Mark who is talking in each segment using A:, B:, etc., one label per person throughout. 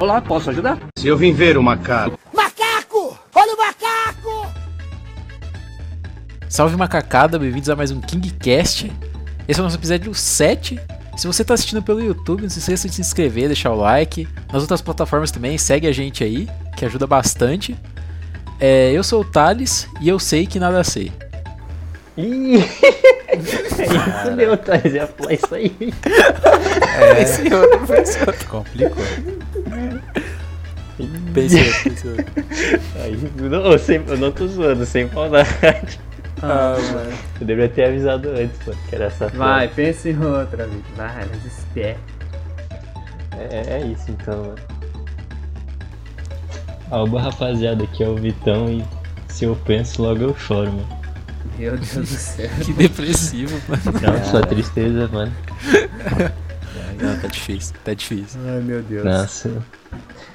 A: Olá, posso ajudar?
B: Se eu vim ver o macaco.
C: Macaco! Olha o macaco!
D: Salve macacada, bem-vindos a mais um KingCast. Esse é o nosso episódio 7. Se você tá assistindo pelo YouTube, não se esqueça de se inscrever, deixar o like. Nas outras plataformas também, segue a gente aí, que ajuda bastante. É, eu sou o Thales e eu sei que nada sei.
E: Ih, é isso meu, Thais, é é isso aí.
D: Esse outro, esse outro. Complicou. Pensei, outro, pensei. outro.
E: aí não, eu sem- eu não tô zoando, sem maldade.
C: Ah, mano.
E: Eu deveria ter avisado antes, mano, que era essa
C: Vai, pensa em outra, amigo. Vai, mas esperto.
E: foto. É, é isso então, mano. Alba rapaziada, aqui é o Vitão e se eu penso, logo eu choro, mano.
C: Meu Deus do céu.
D: Que depressivo, mano.
C: É.
E: Nossa, a tristeza, mano.
D: Não, tá difícil, tá difícil.
C: Ai, meu Deus.
E: Nossa.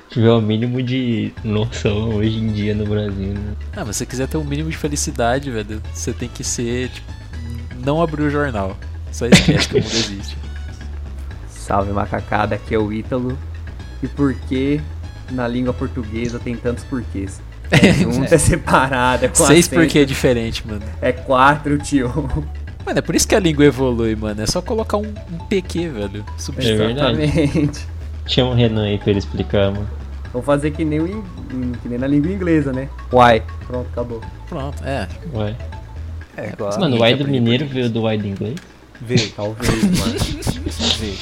E: Tiver o mínimo de noção hoje em dia no Brasil, né?
D: Ah, mas se você quiser ter um mínimo de felicidade, velho, você tem que ser, tipo, não abrir o jornal. Só esquece que o mundo existe.
C: Salve, macacada. Aqui é o Ítalo. E por que na língua portuguesa tem tantos porquês? É junto, é separado, é com
D: Seis
C: acento,
D: porque é diferente, mano.
C: É quatro, tio.
D: Mano, é por isso que a língua evolui, mano. É só colocar um, um PQ, velho.
E: É
D: Substituir.
E: verdade.
C: Exatamente.
E: Chama o Renan aí pra ele explicar, mano.
C: Vou fazer que nem, o in- in- que nem na língua inglesa, né? Uai. Pronto, acabou.
D: Pronto, é.
E: Ué.
A: É,
E: Mas,
A: claro.
E: mano, o
D: ninguém
E: Wai
D: quer
E: do
D: aprender
E: Mineiro veio do Wai do Inglês?
A: Veio,
C: Talvez, mano.
A: veio.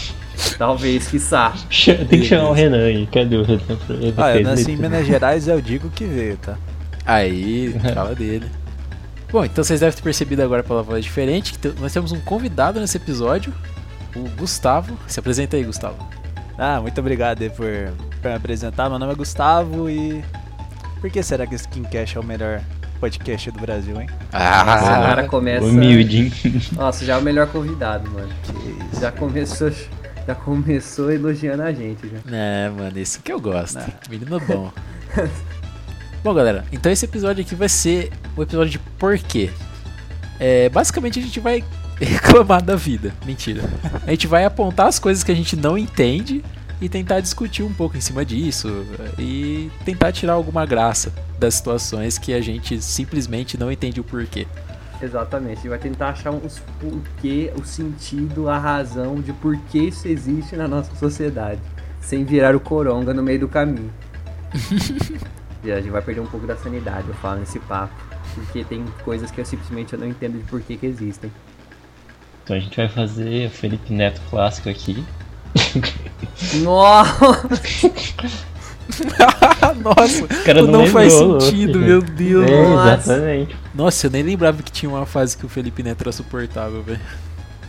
C: Talvez, quiçá.
E: Cha- Tem que chamar o Renan aí. Cadê o Renan? pra- ele
A: Ah, eu
E: fez
A: nasci
E: isso,
A: em
E: né?
A: Minas Gerais, eu digo que veio, tá?
D: Aí, fala dele. Bom, então vocês devem ter percebido agora pela voz diferente que te- nós temos um convidado nesse episódio, o Gustavo. Se apresenta aí, Gustavo.
A: Ah, muito obrigado aí por, por me apresentar. Meu nome é Gustavo e. Por que será que esse Skincast é o melhor podcast do Brasil, hein?
C: Nossa, o
D: Ah,
C: cara começa.
E: Humilde, hein?
C: Nossa, já é o melhor convidado, mano. Já começou, já começou elogiando a gente, já.
D: né, mano, esse que eu gosto. Menino bom. bom, galera, então esse episódio aqui vai ser o episódio de porquê. É, basicamente a gente vai reclamar da vida. Mentira. A gente vai apontar as coisas que a gente não entende e tentar discutir um pouco em cima disso e tentar tirar alguma graça das situações que a gente simplesmente não entende o porquê.
C: Exatamente. E vai tentar achar os porquê, o sentido, a razão de por que isso existe na nossa sociedade. Sem virar o coronga no meio do caminho. e a gente vai perder um pouco da sanidade, eu falo, nesse papo. Porque tem coisas que eu simplesmente eu não entendo de por que, que existem.
E: Então a gente vai fazer o Felipe Neto clássico aqui.
C: Nossa!
D: Nossa,
E: O cara não,
D: não, faz
E: lembrou,
D: sentido,
E: louco.
D: meu Deus.
E: É,
C: Nossa.
E: exatamente.
D: Nossa, eu nem lembrava que tinha uma fase que o Felipe Neto era suportável, velho.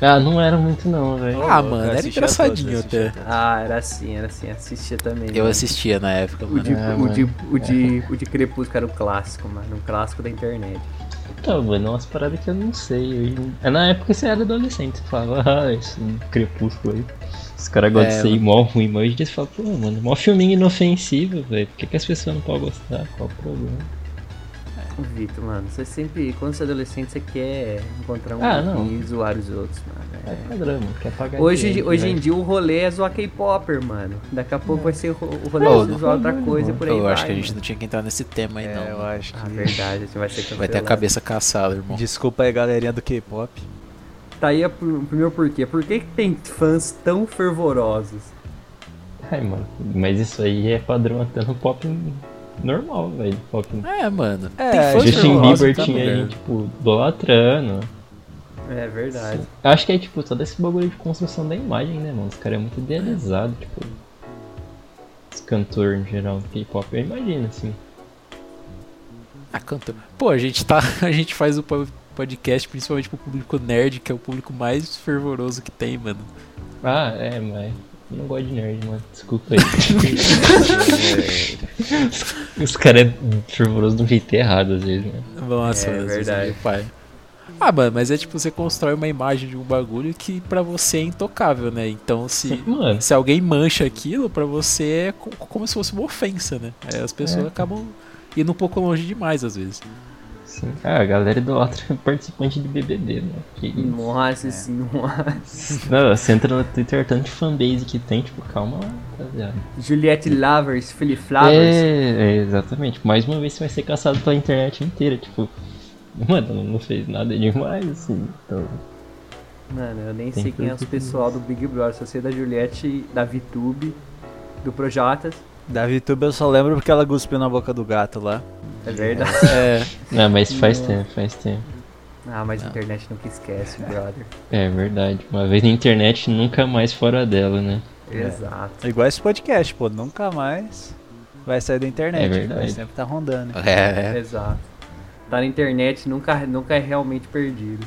E: Ah, não era muito não, velho.
D: Ah,
A: Eu
D: mano, era
A: assistia
D: engraçadinho
A: todos, assistia
D: até.
A: todos.
C: Ah, era assim, era assim. Assistia também.
D: Eu
C: mano.
D: assistia na época,
C: O de,
D: mano.
E: É,
C: o, de, o, de, o de Crepúsculo era o clássico, mano. Um clássico da internet.
E: Então, mano, é umas paradas que eu não sei. Hoje... É na época que você era adolescente, você falava, ah, esse crepúsculo aí. Os caras gostam
D: É,
E: de ser mó ruim, mas hoje em dia você fala, pô, mano, mó filminho inofensivo, velho. Por que, que as pessoas não podem gostar? Qual o problema?
C: O Vitor, mano, você sempre, quando você é adolescente, você quer encontrar um
E: Ah, não.
C: e zoar os outros, mano.
E: É
C: é.
E: padrão, mano, quer pagar
C: Hoje,
E: dinheiro, né?
C: hoje em
E: velho.
C: dia o rolê é zoar K-Popper, mano. Daqui a pouco vai ser ro- o rolê
D: É. Não,
C: de
D: não.
C: zoar outra coisa e por aí
D: Eu
C: vai.
D: acho que a gente
C: mano.
D: não tinha que entrar nesse tema aí, não.
A: É, eu
D: mano.
A: acho
C: Ah,
A: que.
C: verdade, a gente vai ser cancelado.
D: Vai ter a cabeça caçada, irmão.
A: Desculpa aí, galerinha do K-pop.
C: Tá aí a pr- o primeiro porquê. Por que, que tem fãs tão fervorosos?
E: Ai, mano, mas isso aí é padrão até no pop normal, velho. Pop...
D: É, mano.
A: É,
D: Tem fã
A: foi
E: Justin
D: fervoroso,
E: Bieber
D: tá,
E: tinha
D: velho?
E: gente, tipo, idolatrando.
C: É verdade.
E: Eu acho que é, tipo, todo esse bagulho de construção da imagem, né, mano? Os caras é muito idealizado, tipo... Os cantores, em geral, do K-pop, eu imagino, assim.
D: Ah, cantor. Pô, a gente tá. A gente faz o po- podcast principalmente pro público nerd, que é o público mais fervoroso que tem, mano.
E: Ah, é, mas... Eu não gosto de nerd, mano. Desculpa aí. Os caras é fervoroso de um jeito errado, às vezes, né?
D: Nossa,
C: É
D: mano, às vezes
C: verdade.
D: meu pai. Ah, mano, mas é tipo, você constrói uma imagem de um bagulho que pra você é intocável, né? Então se.
E: Mano,
D: se alguém mancha aquilo, pra você é co- como se fosse uma ofensa, né? Aí as pessoas acabam indo um pouco longe demais às vezes.
E: Sim. Ah, a galera idolatra participante de BBB, né? Que isso.
D: É.
C: Nossa senhora.
E: Não, você entra no Twitter, tanto de fanbase que tem, tipo, calma lá, rapaziada.
C: Juliette Lovers, Philly Flowers.
E: É, é, exatamente. Mais uma vez você vai ser caçado pela internet inteira, tipo. Mano, não fez nada demais, assim. Então,
C: Mano, eu nem
E: Tem
C: sei quem é os
E: tudo
C: pessoal do Big Brother. Só sei da Juliette, da VTube, do Projatas.
A: Da VTube eu só lembro porque ela cuspiu na boca do gato lá.
C: É verdade.
D: É,
E: não, mas faz tempo, faz tempo.
C: Ah, mas a internet nunca esquece, brother.
E: É verdade. Uma vez na internet, nunca mais fora dela, né?
C: Exato.
A: É igual esse podcast, pô. Nunca mais vai sair da internet.
E: É verdade.
A: Vai sempre tá rondando. né?
D: é, é.
C: Exato. Tá na internet, nunca, nunca é realmente perdido.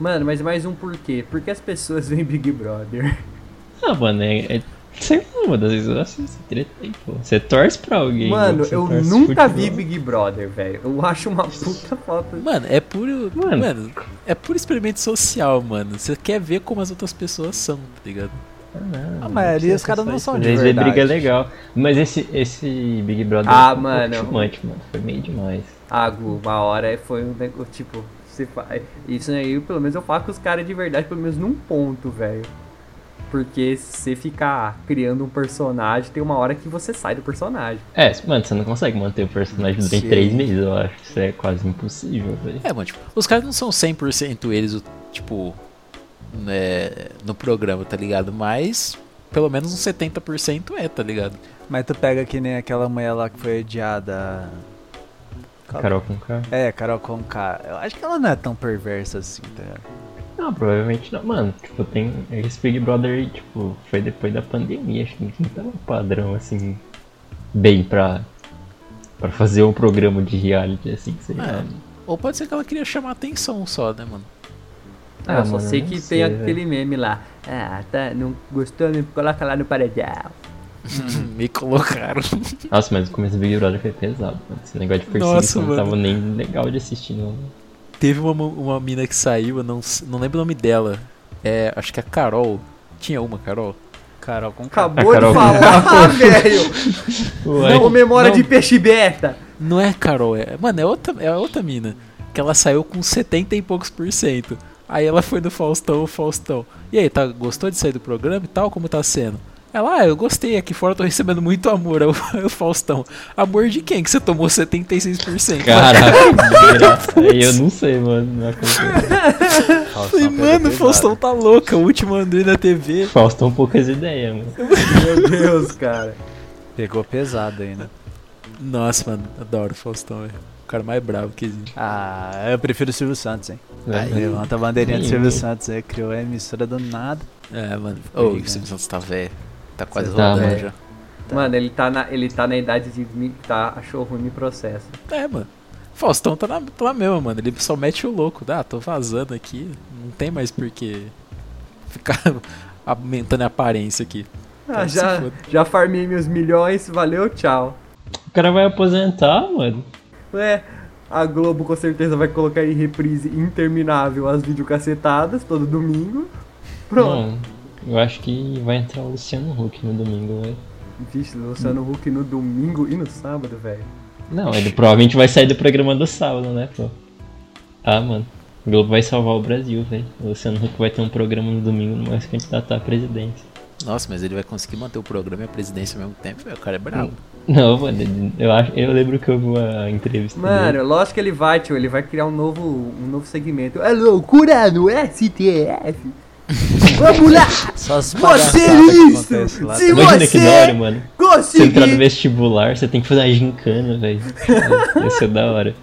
C: Mano, mas mais um porquê. Por que as pessoas veem Big Brother?
E: Ah, mano, é. é... Sei lá, mano, às vezes eu assisto treta aí, pô. Você torce pra alguém.
C: Mano,
E: né? Você
C: eu
E: torce
C: nunca
E: futebol.
C: vi Big Brother, velho. Eu acho uma puta falta de...
D: Mano, é puro.
E: Mano.
D: Mano. é puro experimento social, mano. Você quer ver como as outras pessoas são, tá ligado?
E: Ah, não,
A: A maioria, os
E: precisa
A: caras
E: ser
A: não
E: só
A: são
E: isso.
A: de
E: Às vezes é briga
A: verdade.
E: legal. Mas esse, esse Big Brother
C: Ah,
E: foi um
C: mano.
E: pouco chumante, mano. Foi meio demais.
C: Ah, Gu, uma hora foi um negócio, tipo... Você faz... Isso aí, pelo menos eu falo com os caras de verdade, pelo menos num ponto, velho. Porque se você ficar criando um personagem, tem uma hora que você sai do personagem.
E: É, mano, você não consegue manter o personagem durante
A: Sim.
E: três meses, eu acho. Isso é quase impossível, velho.
D: É, mano, tipo, os caras não são 100% eles, o- tipo, né, no programa, tá ligado? Mas pelo menos um uns 70% é, tá ligado?
A: Mas tu pega que nem aquela mulher lá que foi odiada. Calma.
E: Carol com K.
A: É, Carol Conká. Eu acho que ela não é tão perversa assim, tá? ligado?
E: Não, provavelmente não. Mano, tipo, tem. Esse Big Brother aí, tipo, foi depois da pandemia, acho que não tava um padrão assim. Bem pra. Pra fazer um programa de reality, assim, sei lá.
D: É. Ou pode ser que ela queria chamar atenção só, né, mano?
C: Ah, eu só
E: mano,
C: sei
E: não
C: que
E: sei,
C: tem
E: velho.
C: aquele meme lá. Ah, tá, não gostou? Me coloca lá no paredão.
D: Me colocaram.
E: Nossa, mas o começo do Big Brother foi pesado, mano. Esse negócio de
D: Nossa,
E: perseguição não
D: mano.
E: tava nem legal de assistir, não.
D: Teve uma, mu- uma mina que saiu, eu não, s- não lembro o nome dela. É, acho que a Carol. Tinha uma, Carol.
A: Carol Conká.
C: Acabou
E: A
C: de
E: Carol
C: falar, velho!
E: Ué,
C: Não, memória
D: não.
C: de peixe beta!
D: Não é a Carol, é. Mano, é outra, é outra mina. Que ela saiu com 70 e poucos por cento. Aí ela foi no Faustão, o Faustão. E aí, tá, gostou de sair do programa e tal? Como tá sendo? Ela, ah, eu gostei, aqui fora eu tô recebendo muito amor. Aí o- aí o Faustão. Amor de quem que você tomou 76%?
E: caraca, aí eu não sei, mano. Não aconteceu.
A: Faustão
D: Eu falei,
A: pegou
D: mano, o
A: pesado.
D: Faustão tá louca, o último André na TV.
E: Faustão poucas ideias, mano.
C: Meu Deus, cara.
A: Pegou pesado né? ainda.
D: Nossa, mano, adoro o Faustão, velho. O cara mais bravo que existe.
A: Ah, eu prefiro o Silvio Santos, hein?
E: Aí,
A: Levanta a bandeirinha do
E: Ih.
A: Silvio Santos aí, criou a emissora do nada.
D: É, mano.
A: Ô,
D: Ô,
A: o
D: o
A: Silvio
D: Silvio Santos tá velho. Tá quase
E: Você tá,
D: rodando
E: mano.
D: já.
C: Mano, ele tá na, ele tá na idade de me, tá, achou ruim me processo.
D: É, mano. Faustão tá na, tá na mesma, mano. Ele só mete o louco. Ah, tô vazando aqui. Não tem mais por que ficar aumentando a aparência aqui.
C: Ah,
D: Então se
C: já,
D: foda.
C: já farmei meus milhões, valeu, tchau.
E: O cara vai aposentar, mano.
C: Ué, a Globo com certeza vai colocar em reprise interminável as videocacetadas todo domingo. Pronto.
E: Mano, eu acho que vai entrar o Luciano Huck no domingo, velho.
C: Vixe, Luciano Huck no domingo e no sábado, velho.
E: Não, ele provavelmente vai sair do programa do sábado, né, pô? Ah, mano. O Globo vai salvar o Brasil, velho. O Luciano Huck vai ter um programa no domingo, não vai se candidatar à presidência.
D: Nossa, mas ele vai conseguir manter o programa e a presidência ao mesmo tempo. velho. O cara é bravo.
E: Não, mano, ele- eu, acho, eu lembro que eu vi uma entrevista dele.
C: Mano, lógico que ele vai, tio. Ele vai criar um novo, um novo segmento. É loucura no STF. Vamos lá!
A: Só as
C: Você
A: palhaçadas que
C: isso!
A: acontecem lá. tá
C: Se
E: Imagina que da hora,
C: você
E: mano. Você entrar no
C: conseguir...
E: vestibular, você tem que fazer a gincana, velho. Ia ser da hora.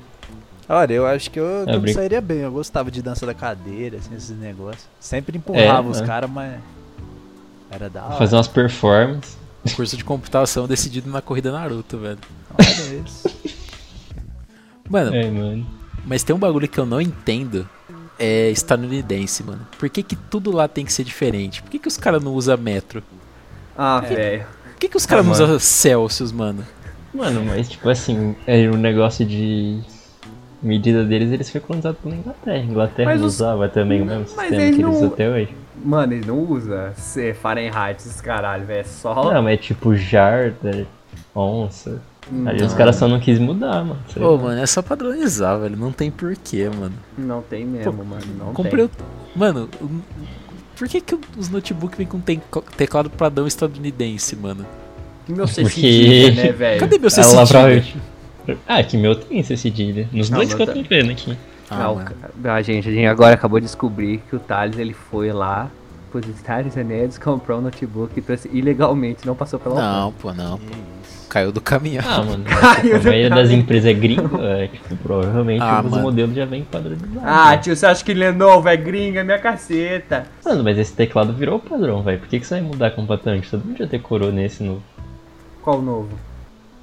A: Olha, eu acho que eu, que eu
E: brinca-
A: sairia bem. Eu gostava de dança da cadeira, assim, esses negócios. Sempre empurrava
E: É,
A: os
E: né?
A: caras, mas. Era da hora.
E: Fazer um- umas performances.
D: Curso de computação decidido na corrida Naruto, velho.
A: Olha
E: Tá
A: isso.
D: Mano,
E: É, mano.
D: Mas tem um bagulho que eu não entendo. É estadunidense, mano. Por que, que tudo lá tem que ser diferente? Por que, que os caras não usam metro?
C: Ah, velho.
D: Por que, que os caras não
E: Ah, mano.
D: usam Celsius, mano?
E: Mano, mas tipo assim, é um negócio de medida deles, eles foram colonizados pela Inglaterra. A Inglaterra
C: Mas
E: não
C: os-
E: usava também o mesmo
C: Mas
E: sistema que
C: eles
E: eles
C: não-
E: usam até hoje.
C: Mano, ele não usa C, Fahrenheit, esses caralho, velho. É só.
E: Não, mas é tipo jarda, onça. Aí os caras só não quis mudar, mano. Sei
D: Hum. Ô,
E: lá.
D: mano, é só padronizar, velho. Não tem porquê, mano.
C: Não tem mesmo, mano. Não
D: Comprei
C: tem.
D: o. Mano, o- por que, que os notebooks vêm com tecla- teclado padrão estadunidense, mano?
C: E meu
E: Porque-
C: cedilha, né,
A: É.
C: velho?
D: Cadê meu
E: Ah, lá
D: CCD?
E: pra- Ah, que meu tem esse cedilha. Nos
C: Não,
E: dois
C: meu
E: que eu tô
C: também.
E: vendo aqui.
D: Ah,
A: É
C: Ah, o
D: mano.
C: ca- ah, gente, a gente agora acabou de descobrir que o Thales ele foi lá pros Estados Unidos, comprou um notebook e trouxe ilegalmente, não passou pela alfândega.
D: Não, pô, não. Caiu do caminhão.
E: Ah, mano.
C: Caiu
E: a
C: do
E: maioria das
C: caminho.
E: empresas é gringo, é, tipo, provavelmente
D: Ah,
E: os
D: mano.
E: modelos já vêm padronizados.
C: Ah, tio, você acha que ele é novo? É gringa, minha caceta.
E: Mano, mas esse teclado virou padrão, velho. Por que, que você vai mudar completamente? Todo mundo já decorou nesse novo.
C: Qual o novo?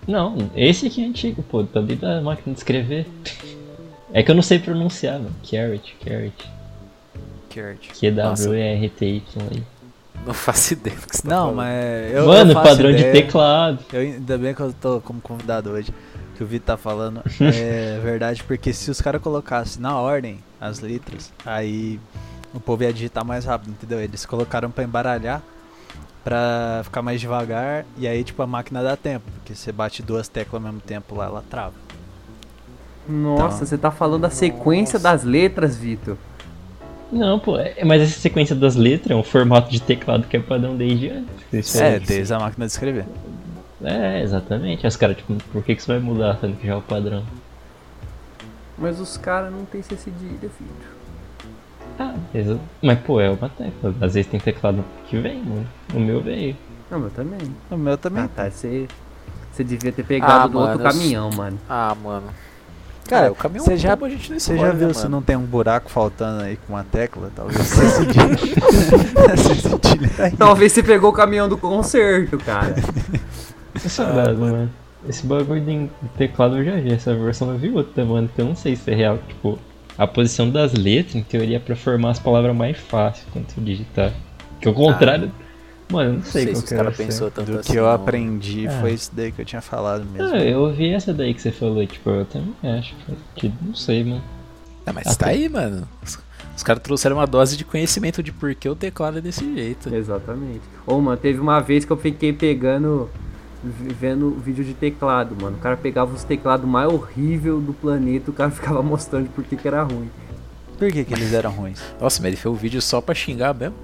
E: Não, esse aqui é antigo, pô. Tá dentro da máquina de escrever. É que eu não sei pronunciar, mano. Carrot, carrot. Q-W-E-R-T-Y aí.
D: Não faço ideia do que você tá
A: Não,
D: falando.
A: mas eu.
E: Mano,
A: eu faço
E: padrão
A: ideia.
E: de teclado.
A: Eu, ainda bem que eu tô como convidado hoje, que o Vitor tá falando. É verdade, porque se os caras colocassem na ordem as letras, aí o povo ia digitar mais rápido, entendeu? Eles colocaram pra embaralhar, pra ficar mais devagar, e aí tipo a máquina dá tempo, porque você bate duas teclas ao mesmo tempo lá, ela trava.
C: Nossa,
A: Tá.
C: você tá falando a sequência das letras, Vitor.
E: Não, pô. é- mas essa sequência das letras é um formato de teclado que é padrão desde antes. Isso
A: É, desde a máquina de escrever.
E: É, exatamente. Aí Os caras, tipo, por que, que você vai mudar sendo que já é o padrão?
C: Mas os caras não tem cedilha, filho.
E: Ah, beleza. Mas, pô, é uma tecla. Às vezes tem teclado que vem, mano. O meu veio.
C: Não, mas também.
A: O meu
C: Ah,
A: também.
C: tá, você... Você devia ter pegado
D: Ah,
C: do outro
D: mano, eu s-
C: caminhão, mano.
D: Ah, mano.
A: Cara,
D: o caminhão
A: você já-
D: bobo a gente não
A: Você
D: escolhe,
A: já viu
D: né,
A: se
D: mano?
A: não tem um buraco faltando aí com uma tecla? Talvez você cedilha. Você cedilha aí.
C: Talvez você pegou o caminhão do concerto, cara.
E: Que saudade, mano. Esse bagulho de teclado eu já vi. Essa versão eu vi outra, mano. Que eu não sei se é real. Tipo, a posição das letras, em teoria, é pra formar as palavras mais fácil quando você digitar. Que ao contrário. Mano, eu não
D: Não
E: sei,
D: sei
E: qual
D: se os
E: que era
D: caras
E: essa.
D: pensou tanto
A: é, Do
D: assim,
A: que eu
D: não.
A: aprendi
E: É.
A: foi isso daí que eu tinha falado mesmo.
E: Ah, eu ouvi essa daí que você falou, tipo, eu também acho. Que, não sei, mano.
D: Não,
A: Ah,
D: mas tá aí, mano. Os, os caras trouxeram uma dose de conhecimento de por que o teclado é desse jeito.
C: Exatamente. Ô, mano, teve uma vez que eu fiquei pegando. vi- Vendo vídeo de teclado, mano. O cara pegava os teclados mais horrível do planeta, o cara ficava mostrando por que que era ruim.
A: Por que, que eles eram ruins?
D: Nossa, mas ele fez o vídeo só pra xingar mesmo?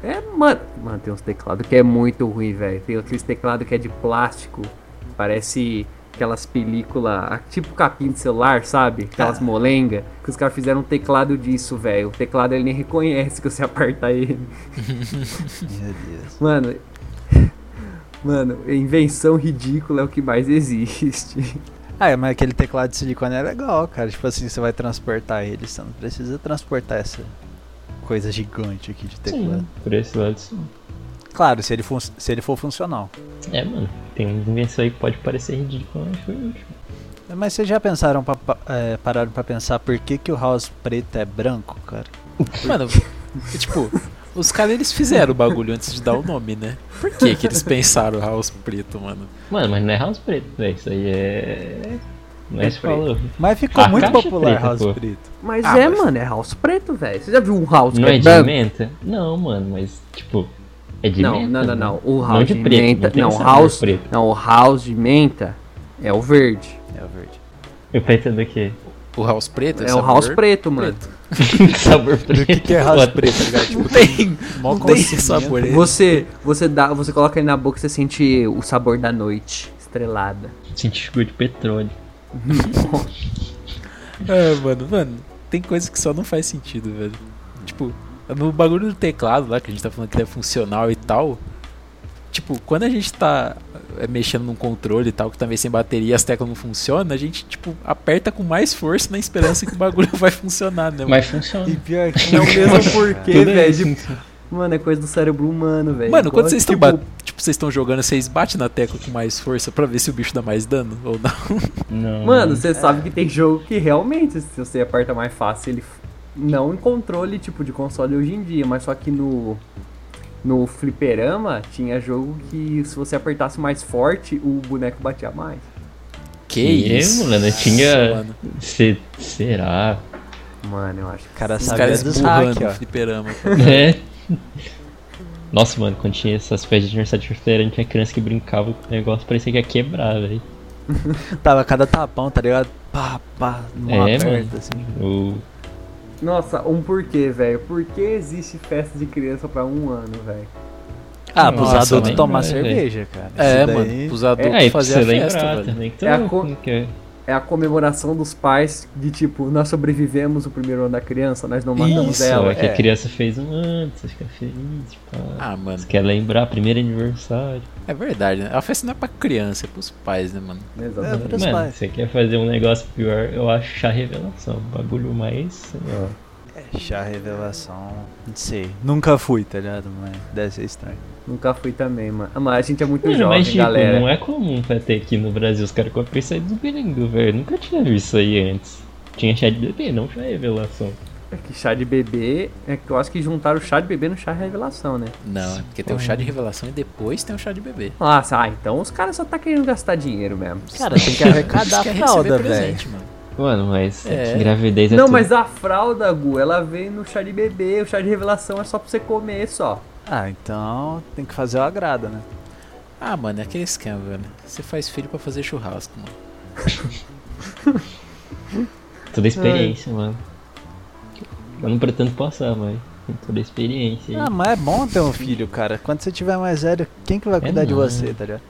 C: É, mano. Mano, tem uns teclados que é muito ruim, velho. Tem aqueles teclados que é de plástico. Parece aquelas películas. Tipo capim de celular, sabe? Aquelas molengas. Que os caras fizeram um teclado disso, velho. O teclado ele nem reconhece que você apertar ele.
A: Meu Deus.
C: Mano. Mano, invenção ridícula é o que mais existe.
A: Ah, é, mas aquele teclado de silicone é legal, cara. Tipo assim, você vai transportar ele, você não precisa transportar essa coisa gigante aqui de teclado.
E: Sim, por esse lado sim.
A: Claro, se ele, fun- se ele for funcional.
E: É, mano. Tem uns invenções aí que pode parecer ridículo, mas foi útil.
A: Mas vocês já pensaram pra, pa- é, pararam pra pensar por que, que o house preto é branco, cara?
D: Mano, é tipo, os caras eles fizeram o bagulho antes de dar o nome, né? Por que que eles pensaram House Preto, mano?
E: Mano, mas não é House Preto, velho. Isso aí é. Não é
C: É
E: que falou.
A: Mas ficou
E: A
A: muito
E: caixa é
A: popular
E: preta,
A: house
E: pô.
A: preto.
C: Mas
D: Ah,
C: é,
D: mas-
C: mano, é house preto, velho. Você já viu um house
E: Não
C: que
E: é de
C: branco?
E: menta? Não, mano, mas tipo. É de
C: Não,
E: menta?
C: não, não,
E: mano.
C: não. O house
E: de
C: de,
E: preto, não
C: menta.
E: tem
C: Não,
E: sabor
C: house.
E: preto.
C: Não, o house de menta é o verde.
A: É o verde.
E: Eu preto é do quê?
D: O House Preto
C: É o house preto, mano.
E: Sabor preto.
A: O que, que é house preto, cara? Tipo,
D: Não tem,
A: mó
D: não tem
A: conhecimento.
D: sabor. Ele-
C: Você, você dá, você coloca ele na boca e você sente o sabor da noite estrelada.
E: Científico de petróleo.
D: É, mano, mano, tem coisa que só não faz sentido, velho. Tipo, no bagulho do teclado lá, que a gente tá falando que ele é funcional e tal. Tipo, quando a gente tá é, mexendo num controle e tal, que também sem bateria as teclas não funcionam, a gente, tipo, aperta com mais força na esperança que o bagulho vai funcionar, né? mano?
E: Mas funciona.
A: E pior que
C: É o mesmo porquê,
E: Tudo é
C: velho.
E: isso,
C: de-
E: sim.
C: Mano, é coisa do cérebro humano, velho.
D: Mano, quando
C: Igual,
D: vocês estão
C: tipo,
D: tipo, vocês estão jogando, vocês batem na tecla com mais força pra ver se o bicho dá mais dano ou não.
E: Não.
C: Mano, você sabe que tem jogo que realmente, se você aperta mais fácil, ele f- não em controle, tipo, de console hoje em dia, mas só que no. No fliperama tinha jogo que se você apertasse mais forte, o boneco batia mais.
D: Que
E: E é,
D: isso?
E: mano, eu tinha-
D: Mano,
E: Cê- será?
C: Mano, eu acho que.
A: O cara
D: os
A: sabe
D: caras
A: dos hack,
D: esburrando no
A: ó.
D: fliperama.
E: É. Né? Nossa, mano, quando tinha essas festas de aniversário de feira, tinha criança que brincava com o negócio, parecia que ia quebrar, velho.
A: Tava cada tapão, tá ligado? Pá, pá, numa
E: É,
A: aperta,
E: mano.
A: assim.
E: O-
C: Nossa, um porquê, velho. Por que existe festa de criança pra um ano, velho?
A: Ah, pros
D: Nossa,
A: adultos
E: mano.
A: tomar
E: É,
A: cerveja, cara.
D: É,
A: Isso daí-
D: mano, pros adultos
E: É, e pra
D: fazer
E: você
D: a
E: lembrar né?
D: festa, velho.
E: também então, que
C: É a
E: todo
C: co-
E: mundo quer.
C: É a comemoração dos pais de tipo, nós sobrevivemos o primeiro ano da criança, nós não matamos
D: Isso,
C: ela.
E: é que
A: é.
E: a criança fez um antes, você fica feliz, pá.
D: Ah, mano,
E: Você quer lembrar, primeiro aniversário.
D: é verdade, né? A festa não é pra criança, é pros pais, né, mano?
A: É,
C: Exatamente.
A: pros
E: mano,
A: pais.
E: você quer fazer um negócio pior, eu acho chá revelação. Bagulho mais. sei lá.
A: É, chá revelação. Não sei. Nunca fui, tá ligado? Mas deve ser estranho.
C: Nunca fui também, mano. Ah, Mas a gente é muito
E: Mano,
C: jovem,
E: mas tipo,
C: galera.
E: não é comum pra ter aqui no Brasil os caras compram isso aí do gringo, velho. Nunca tinha visto isso aí antes. Tinha chá de bebê, não chá revelação.
C: É que chá de bebê. É que eu acho que juntaram o chá de bebê no chá de revelação, né?
D: Não, é porque tem o chá de revelação e depois tem o chá de bebê.
C: Nossa, ah, então os caras só tá querendo gastar dinheiro mesmo.
A: Cara, tem que
C: É
A: arrecadar a
D: Quer
A: fralda,
D: é receber
A: velho.
D: presente, mano.
E: Mano, mas
D: É.
E: gravidez é
C: Não,
E: tudo.
C: mas a fralda, Gu, ela vem no chá de bebê, o chá de revelação é só pra você comer só.
A: Ah, então tem que fazer o agrado, né?
D: Ah, mano, é aquele esquema, velho. Você faz filho pra fazer churrasco, mano.
C: Ah.
E: Toda experiência, mano. Eu não pretendo passar, mas tem toda a experiência. aí.
A: Ah, mas é bom ter um filho, cara. Quando você tiver mais velho, quem que vai cuidar de
E: não.
A: você, tá ligado?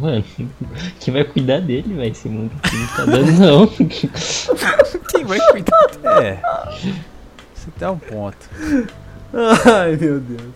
E: Mano, quem vai cuidar dele, velho? Esse mundo aqui não tá dando, não.
D: Quem vai cuidar?
A: É. Você tem um ponto.
C: Ai, meu Deus.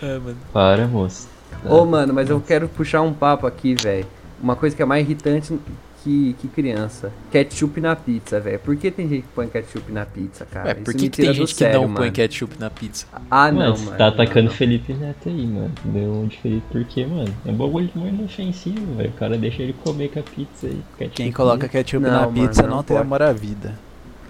D: Ah, mano.
E: Para, moço.
D: É.
C: Ô, mano, mas eu quero puxar um papo aqui, velho. Uma coisa que é mais irritante que, que criança. Ketchup na pizza, velho. Por que tem gente que põe ketchup na pizza, cara?
D: Ué, por
C: Ah, Isso
D: que,
C: me
D: que É tem
C: tira do
D: gente que
C: sério,
D: não põe
C: mano.
D: ketchup na pizza?
C: Ah,
E: Mano,
C: não,
E: você
C: mano.
E: tá atacando o
C: não,
E: Felipe Neto aí, mano. Deu um de Felipe porque, mano, é um bagulho muito ofensivo, velho. O cara deixa ele comer com a pizza aí. com a
A: Quem
E: tipo
A: coloca
E: de-
A: ketchup
C: Uhum. Não,
A: na
C: mano,
A: pizza
C: não
A: não, tem
C: pode.
A: amor à vida.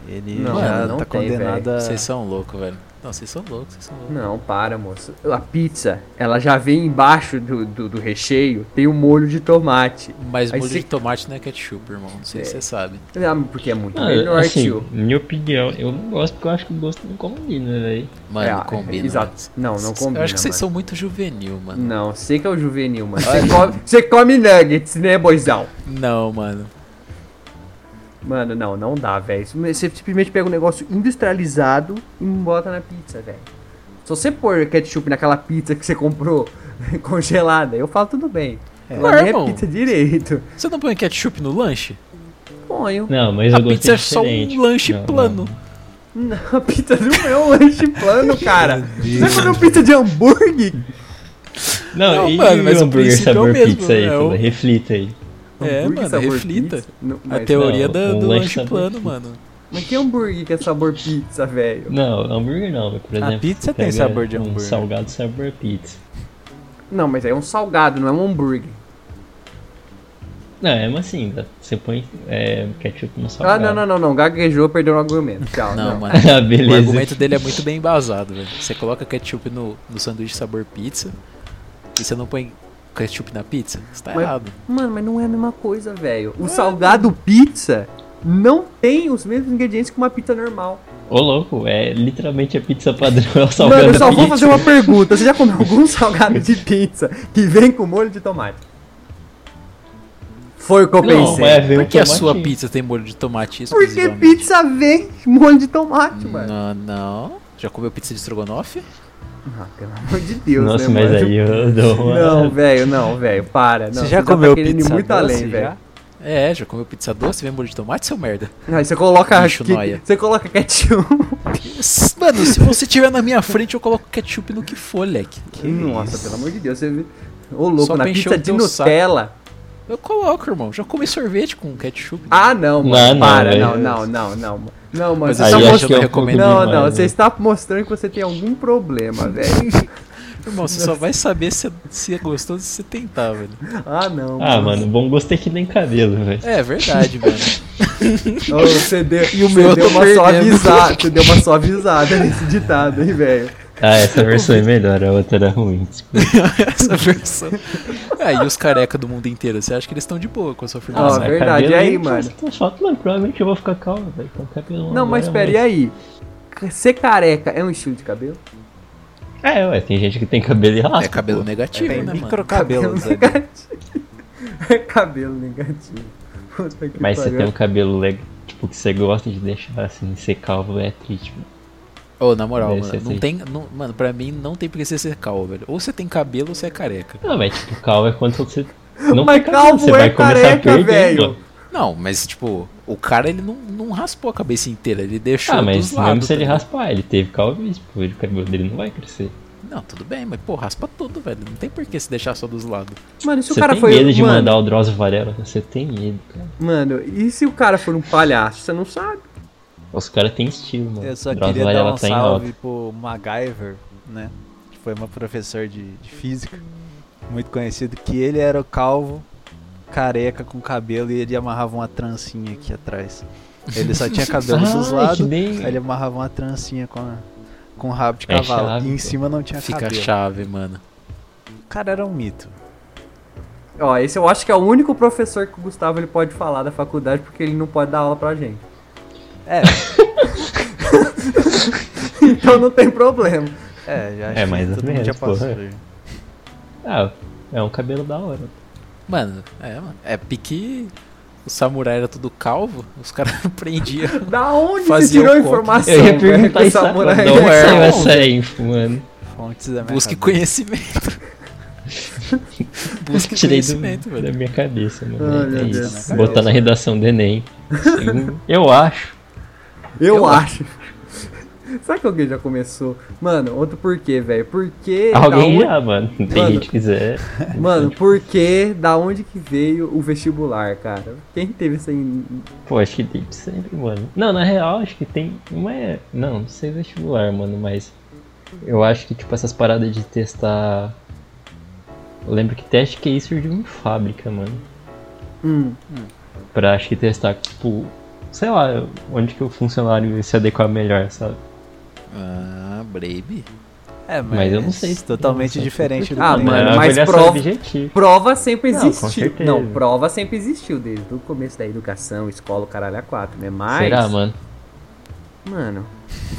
A: Ele
C: Não,
A: já
C: não
A: tá
C: tem,
A: condenado
C: Ah.
A: a.
D: Vocês são loucos, velho. Não, vocês são loucos, vocês são loucos.
C: não. Não, para, moço. A pizza, ela já vem embaixo do, do, do recheio, tem o molho de tomate.
D: Mas
C: Aí
D: molho
C: cê-
D: de tomate não é ketchup, irmão. Não sei se você sabe.
C: Ah, porque é muito
E: Mano,
C: melhor,
E: assim,
C: tio.
E: minha opinião, eu não gosto porque eu acho que o gosto não combina, velho.
D: Mano,
C: É,
D: não combina.
C: Exato. Não, não combina.
D: Eu acho que vocês
C: mano.
D: são muito juvenil, mano.
C: Não, sei que é o juvenil, mano. Você come, você come nuggets, né, boizão?
D: Não, mano.
C: Mano, não, não dá, velho. Isso- Você simplesmente pega um negócio industrializado e bota na pizza, velho. Se você pôr ketchup naquela pizza que você comprou congelada, eu falo tudo bem. Agora
D: Ué,
C: nem é
D: irmão.
C: pizza direito.
D: Você não põe ketchup no lanche?
C: Ponho.
E: Não, mas
D: A
E: eu gosto
D: pizza é só um lanche plano.
C: Não, a pizza não é um lanche plano, cara. Você comeu pizza de hambúrguer?
E: Não,
D: Não,
E: e
D: mano,
E: o
D: mas o
E: hambúrguer
D: princípio é o
E: sabor
D: mesmo,
E: pizza aí,
D: né?
E: Felipe?
D: O-
E: reflita aí.
D: É,
C: Hambúrguer
D: mano,
C: sabor
D: reflita.
C: pizza? Não,
D: A
C: mas
D: teoria
E: não,
D: da-
E: um
D: do
E: lanche
D: lanche
E: sabor
D: plano,
E: pizza.
D: mano.
C: não. Mas que hambúrguer que é sabor pizza, velho?
E: Não, hambúrguer não, mas, por
A: A
E: exemplo.
A: pizza
E: você
A: tem
E: pega
A: sabor de
E: Um
A: hambúrguer.
E: salgado sabor pizza.
C: Não, mas aí é um salgado, não é um hambúrguer.
E: Não, é mas assim, dá- você põe é, ketchup no
C: Ah,
E: salgado.
C: não, não, não, não. Gaguejou, perdeu o argumento. Tchau.
D: Não,
C: não.
D: mano.
E: Ah,
D: O
E: beleza.
D: argumento dele é muito bem embasado, velho. Você coloca ketchup no, no sanduíche sabor pizza e você não põe ketchup na pizza? Você tá
C: Mas-
D: errado.
C: Mano, mas não é a mesma coisa, velho. O salgado pizza não tem os mesmos ingredientes que uma pizza normal.
E: Ô louco, é literalmente a pizza padrão, é o salgado
C: Mano, eu só vou
E: pizza.
C: fazer uma pergunta. Você já comeu algum salgado de pizza que vem com molho de tomate? Foi o que eu
E: Não,
C: pensei.
E: mas vem
D: Por
E: um
D: que é a sua
E: tomatinho.
D: pizza tem molho de tomate
C: Porque
D: exclusivamente?
C: pizza vem com molho de tomate, mano.
D: Não, não. Já comeu pizza de estrogonofe?
C: Ah, pelo amor de Deus,
E: Nossa,
C: né,
E: mas
C: mano?
E: aí eu dou uma...
C: Não, velho, não, velho, para. Não,
A: Você já
C: tá
A: comeu
C: querendo ir
A: pizza
C: muito
A: doce,
C: além,
A: já?
C: velho.
D: É, já comeu pizza doce, vem molho de tomate, seu merda.
C: Não, você coloca
D: Bicho
C: que-
D: noia.
C: você coloca ketchup.
D: Mano, se você tiver na minha frente, eu coloco ketchup no que for, leque.
C: Nossa, pelo amor de Deus, você viu? Ô louco,
D: Só
C: na
D: pra encher
C: pizza
D: o
C: de
D: teu saco.
C: Nutella.
D: Eu coloco, irmão. Já comi sorvete com ketchup. né?
C: Ah, não, mano.
E: Não, é não,
C: para,
E: velho.
C: não, não, não, não, mano. Não, mano.
D: Mas
C: Você
D: aí
C: tá
D: eu acho
C: mostrando...
D: que eu recomendo
C: Não, não,
E: demais,
C: você
E: né?
C: está mostrando que você tem algum problema, velho.
D: Irmão, você só vai saber se, se é gostoso se você tentar, velho.
C: Ah, não.
E: Ah, mano, bom gosto é que nem cabelo, velho.
D: É verdade, mano.
C: Ô, você deu, e o
D: meu eu
C: deu
D: tô
C: uma
D: perdendo.
C: suavizada. Você deu uma suavizada nesse ditado, hein, velho.
E: Ah, essa versão é melhor, a outra era ruim. desculpa.
D: essa versão. É, e os careca do mundo inteiro, você acha que eles estão de boa com a sua
C: Ó,
E: Nossa,
D: afirmação?
C: Ah, verdade,
E: cabelo
C: e aí,
E: nem-
C: mano?
E: Tô chato, mano, provavelmente eu vou ficar calmo, velho, com o cabelo
C: Não, mas
E: agora,
C: é espera, e aí? Ser careca é um estilo de cabelo?
E: É, ué, tem gente que tem cabelo e raspa.
D: É cabelo
E: pô.
D: negativo,
A: Tem
D: né, mano?
A: microcabelos ali.
C: negativo. É cabelo negativo. Puta que
E: Mas você
C: pariu.
E: tem um cabelo legal, tipo, que você gosta de deixar assim, ser calvo, é triste, mano.
D: Ô, na moral,
E: Deve
D: mano,
E: ser
D: não
E: assim.
D: tem. não- mano, pra mim não tem porque você ser calvo, velho. Ou você tem cabelo ou você é careca.
E: Não, mas tipo, calvo é quando você. Não
C: Mas
E: fica
C: calvo
E: calvo, você
C: é
E: vai começar a
C: careca,
E: perder,
C: velho.
E: mano.
D: Não, mas tipo, o cara ele não, não raspou a cabeça inteira, ele deixou
E: Ah,
D: dos
E: mas
D: lados.
E: mesmo se ele
D: tá ligado?
E: raspar, ele teve calvície, pô, o cabelo dele não vai crescer.
D: Não, tudo bem, mas pô, raspa tudo, velho. Não tem por que se deixar só dos lados.
C: Mano, e se o
E: você
C: cara
E: tem
C: foi.
E: medo de
C: mano,
E: mandar o Drauzio Varela? Você tem medo, cara.
C: Mano, e se o cara for um palhaço? Você não sabe.
E: Os caras têm estilo, mano.
A: Eu só
E: O Drauzio
A: queria dar
E: Varela
A: um
E: tá em
A: salve pro MacGyver, né? Que foi meu professor de, de física, muito conhecido, que ele era o calvo, careca com cabelo e ele amarrava uma trancinha aqui atrás. Ele só tinha cabelo dos
E: Ai, Ah, é que
A: lados,
E: bem.
A: aí ele amarrava uma trancinha com, a- com o rabo de
E: É
A: cavalo.
E: chave,
A: e em
E: pô.
A: cima não tinha
D: Fica
A: cabelo.
D: chave, mano.
A: O cara era um mito.
C: Ó, esse eu acho que é o único professor que o Gustavo ele pode falar da faculdade porque ele não pode dar aula pra gente.
A: É,
C: Então não tem problema.
A: é, já acho
E: É, mais
A: que
E: ou
A: todo mundo já
E: menos, porra.
A: passou.
E: Ah, é um cabelo da hora.
D: Mano, é, mano. É pique. O samurai era tudo calvo, os caras prendiam.
C: Da onde você
D: Fazia
C: tirou a
D: o conto.
C: informação?
E: Eu ia
C: um velho,
E: perguntar
C: que o
E: isso agora.
C: samurai-
E: Da onde
D: é
E: saiu
D: onde?
E: essa info, mano?
A: Fontes da minha
D: Busque
A: cabeça.
D: conhecimento. Busque
E: Tirei do,
D: conhecimento, velho.
E: da minha cabeça, mano. É
C: Ai, meu
E: isso.
C: Deus do céu.
E: Botar na redação do Enem. Sim, Eu acho.
C: Eu,
D: Eu
C: acho. Será que alguém já começou? Mano, outro porquê, velho. Por que. da
E: Alguém
C: Tá onde-
E: já, mano. Tem
C: Mano.
E: gente que quiser.
C: Mano, por que. Da onde que veio o vestibular, cara? Quem teve isso aí?
E: Pô, acho que tem sempre, mano. Não, na real, acho que tem. Não é. Não, não sei vestibular, mano, mas. Eu acho que, tipo, essas paradas de testar. Eu lembro que teste QI surgiu em fábrica, mano.
C: Hum,
E: Pra acho que testar, tipo. Sei lá, onde que o funcionário ia se adequar melhor, sabe?
D: Ah, Brave.
A: É, mas,
E: Mas eu não sei se- é
A: Totalmente
E: não sei
A: diferente do
C: Ah,
A: que-
C: mano,
E: Era uma
C: mas
E: avaliação
C: prova-
E: objetiva.
C: prova sempre
E: Não, com
C: existiu.
E: certeza.
C: Não, prova sempre existiu desde o começo da educação, escola, o caralho, a quatro, né? Mas.
E: Será, mano?
C: Mano,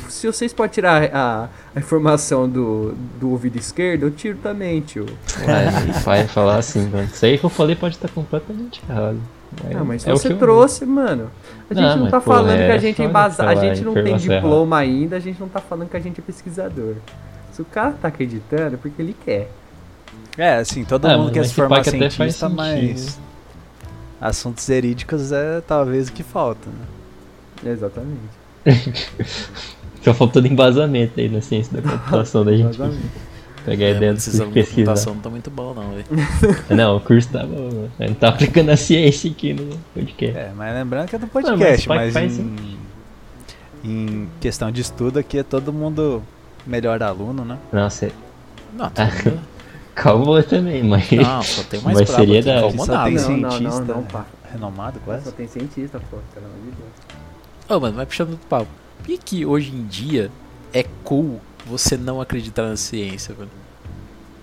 C: se vocês podem tirar a, a informação do, do ouvido esquerdo, eu tiro também, tio.
E: Ué, meu pai falar assim, mano. Isso aí que eu falei pode estar completamente errado.
C: Ah, mas
E: É, o
C: você
E: que eu-
C: trouxe, mano. A gente
E: Não,
C: não,
E: mas,
C: tá
E: pô,
C: falando
E: é
C: que a gente é
E: foda
C: embasado. A
E: falar
C: gente não tem
E: informação
C: diploma ainda, a gente não tá falando que a gente é pesquisador. Se o cara tá acreditando, é porque ele quer.
A: É, assim, todo
E: Ah,
A: mundo
E: mas
A: quer se
E: esse
A: formar
E: pack até faz
A: cientista, mas
E: sentido.
A: assuntos verídicos é talvez o que falta, né?
C: Exatamente.
E: Só faltou de embasamento aí na ciência da computação da gente
C: Exatamente.
E: pegar a
D: É,
E: ideia
D: mano,
E: do
D: esses
E: curso
D: alunos
E: de
D: de
E: pesquisa.
D: computação não tá muito bom, não, velho.
E: Não, o curso tá bom, mano. A gente tá aplicando a ciência aqui no podcast.
A: É, mas lembrando que é do
E: Não, mas
A: podcast,
E: pack
A: mas,
E: faz
A: em, em questão de estudo aqui é todo mundo melhor aluno, né?
E: Nossa, é-
D: Não, tá bom.
E: calma também, mas.
D: não, só tem mais
E: Mas
D: brabo
E: seria
D: aqui,
E: da-
D: calma
A: Só
D: nada.
A: tem
C: Não, não, não,
A: cientista,
C: não,
A: né?
C: pá.
A: Renomado
C: Só
A: quase.
C: tem cientista, pô, pelo amor de Deus.
D: Ô, mano, vai puxando outro papo. Por que, que hoje em dia é cool você não acreditar na ciência, velho?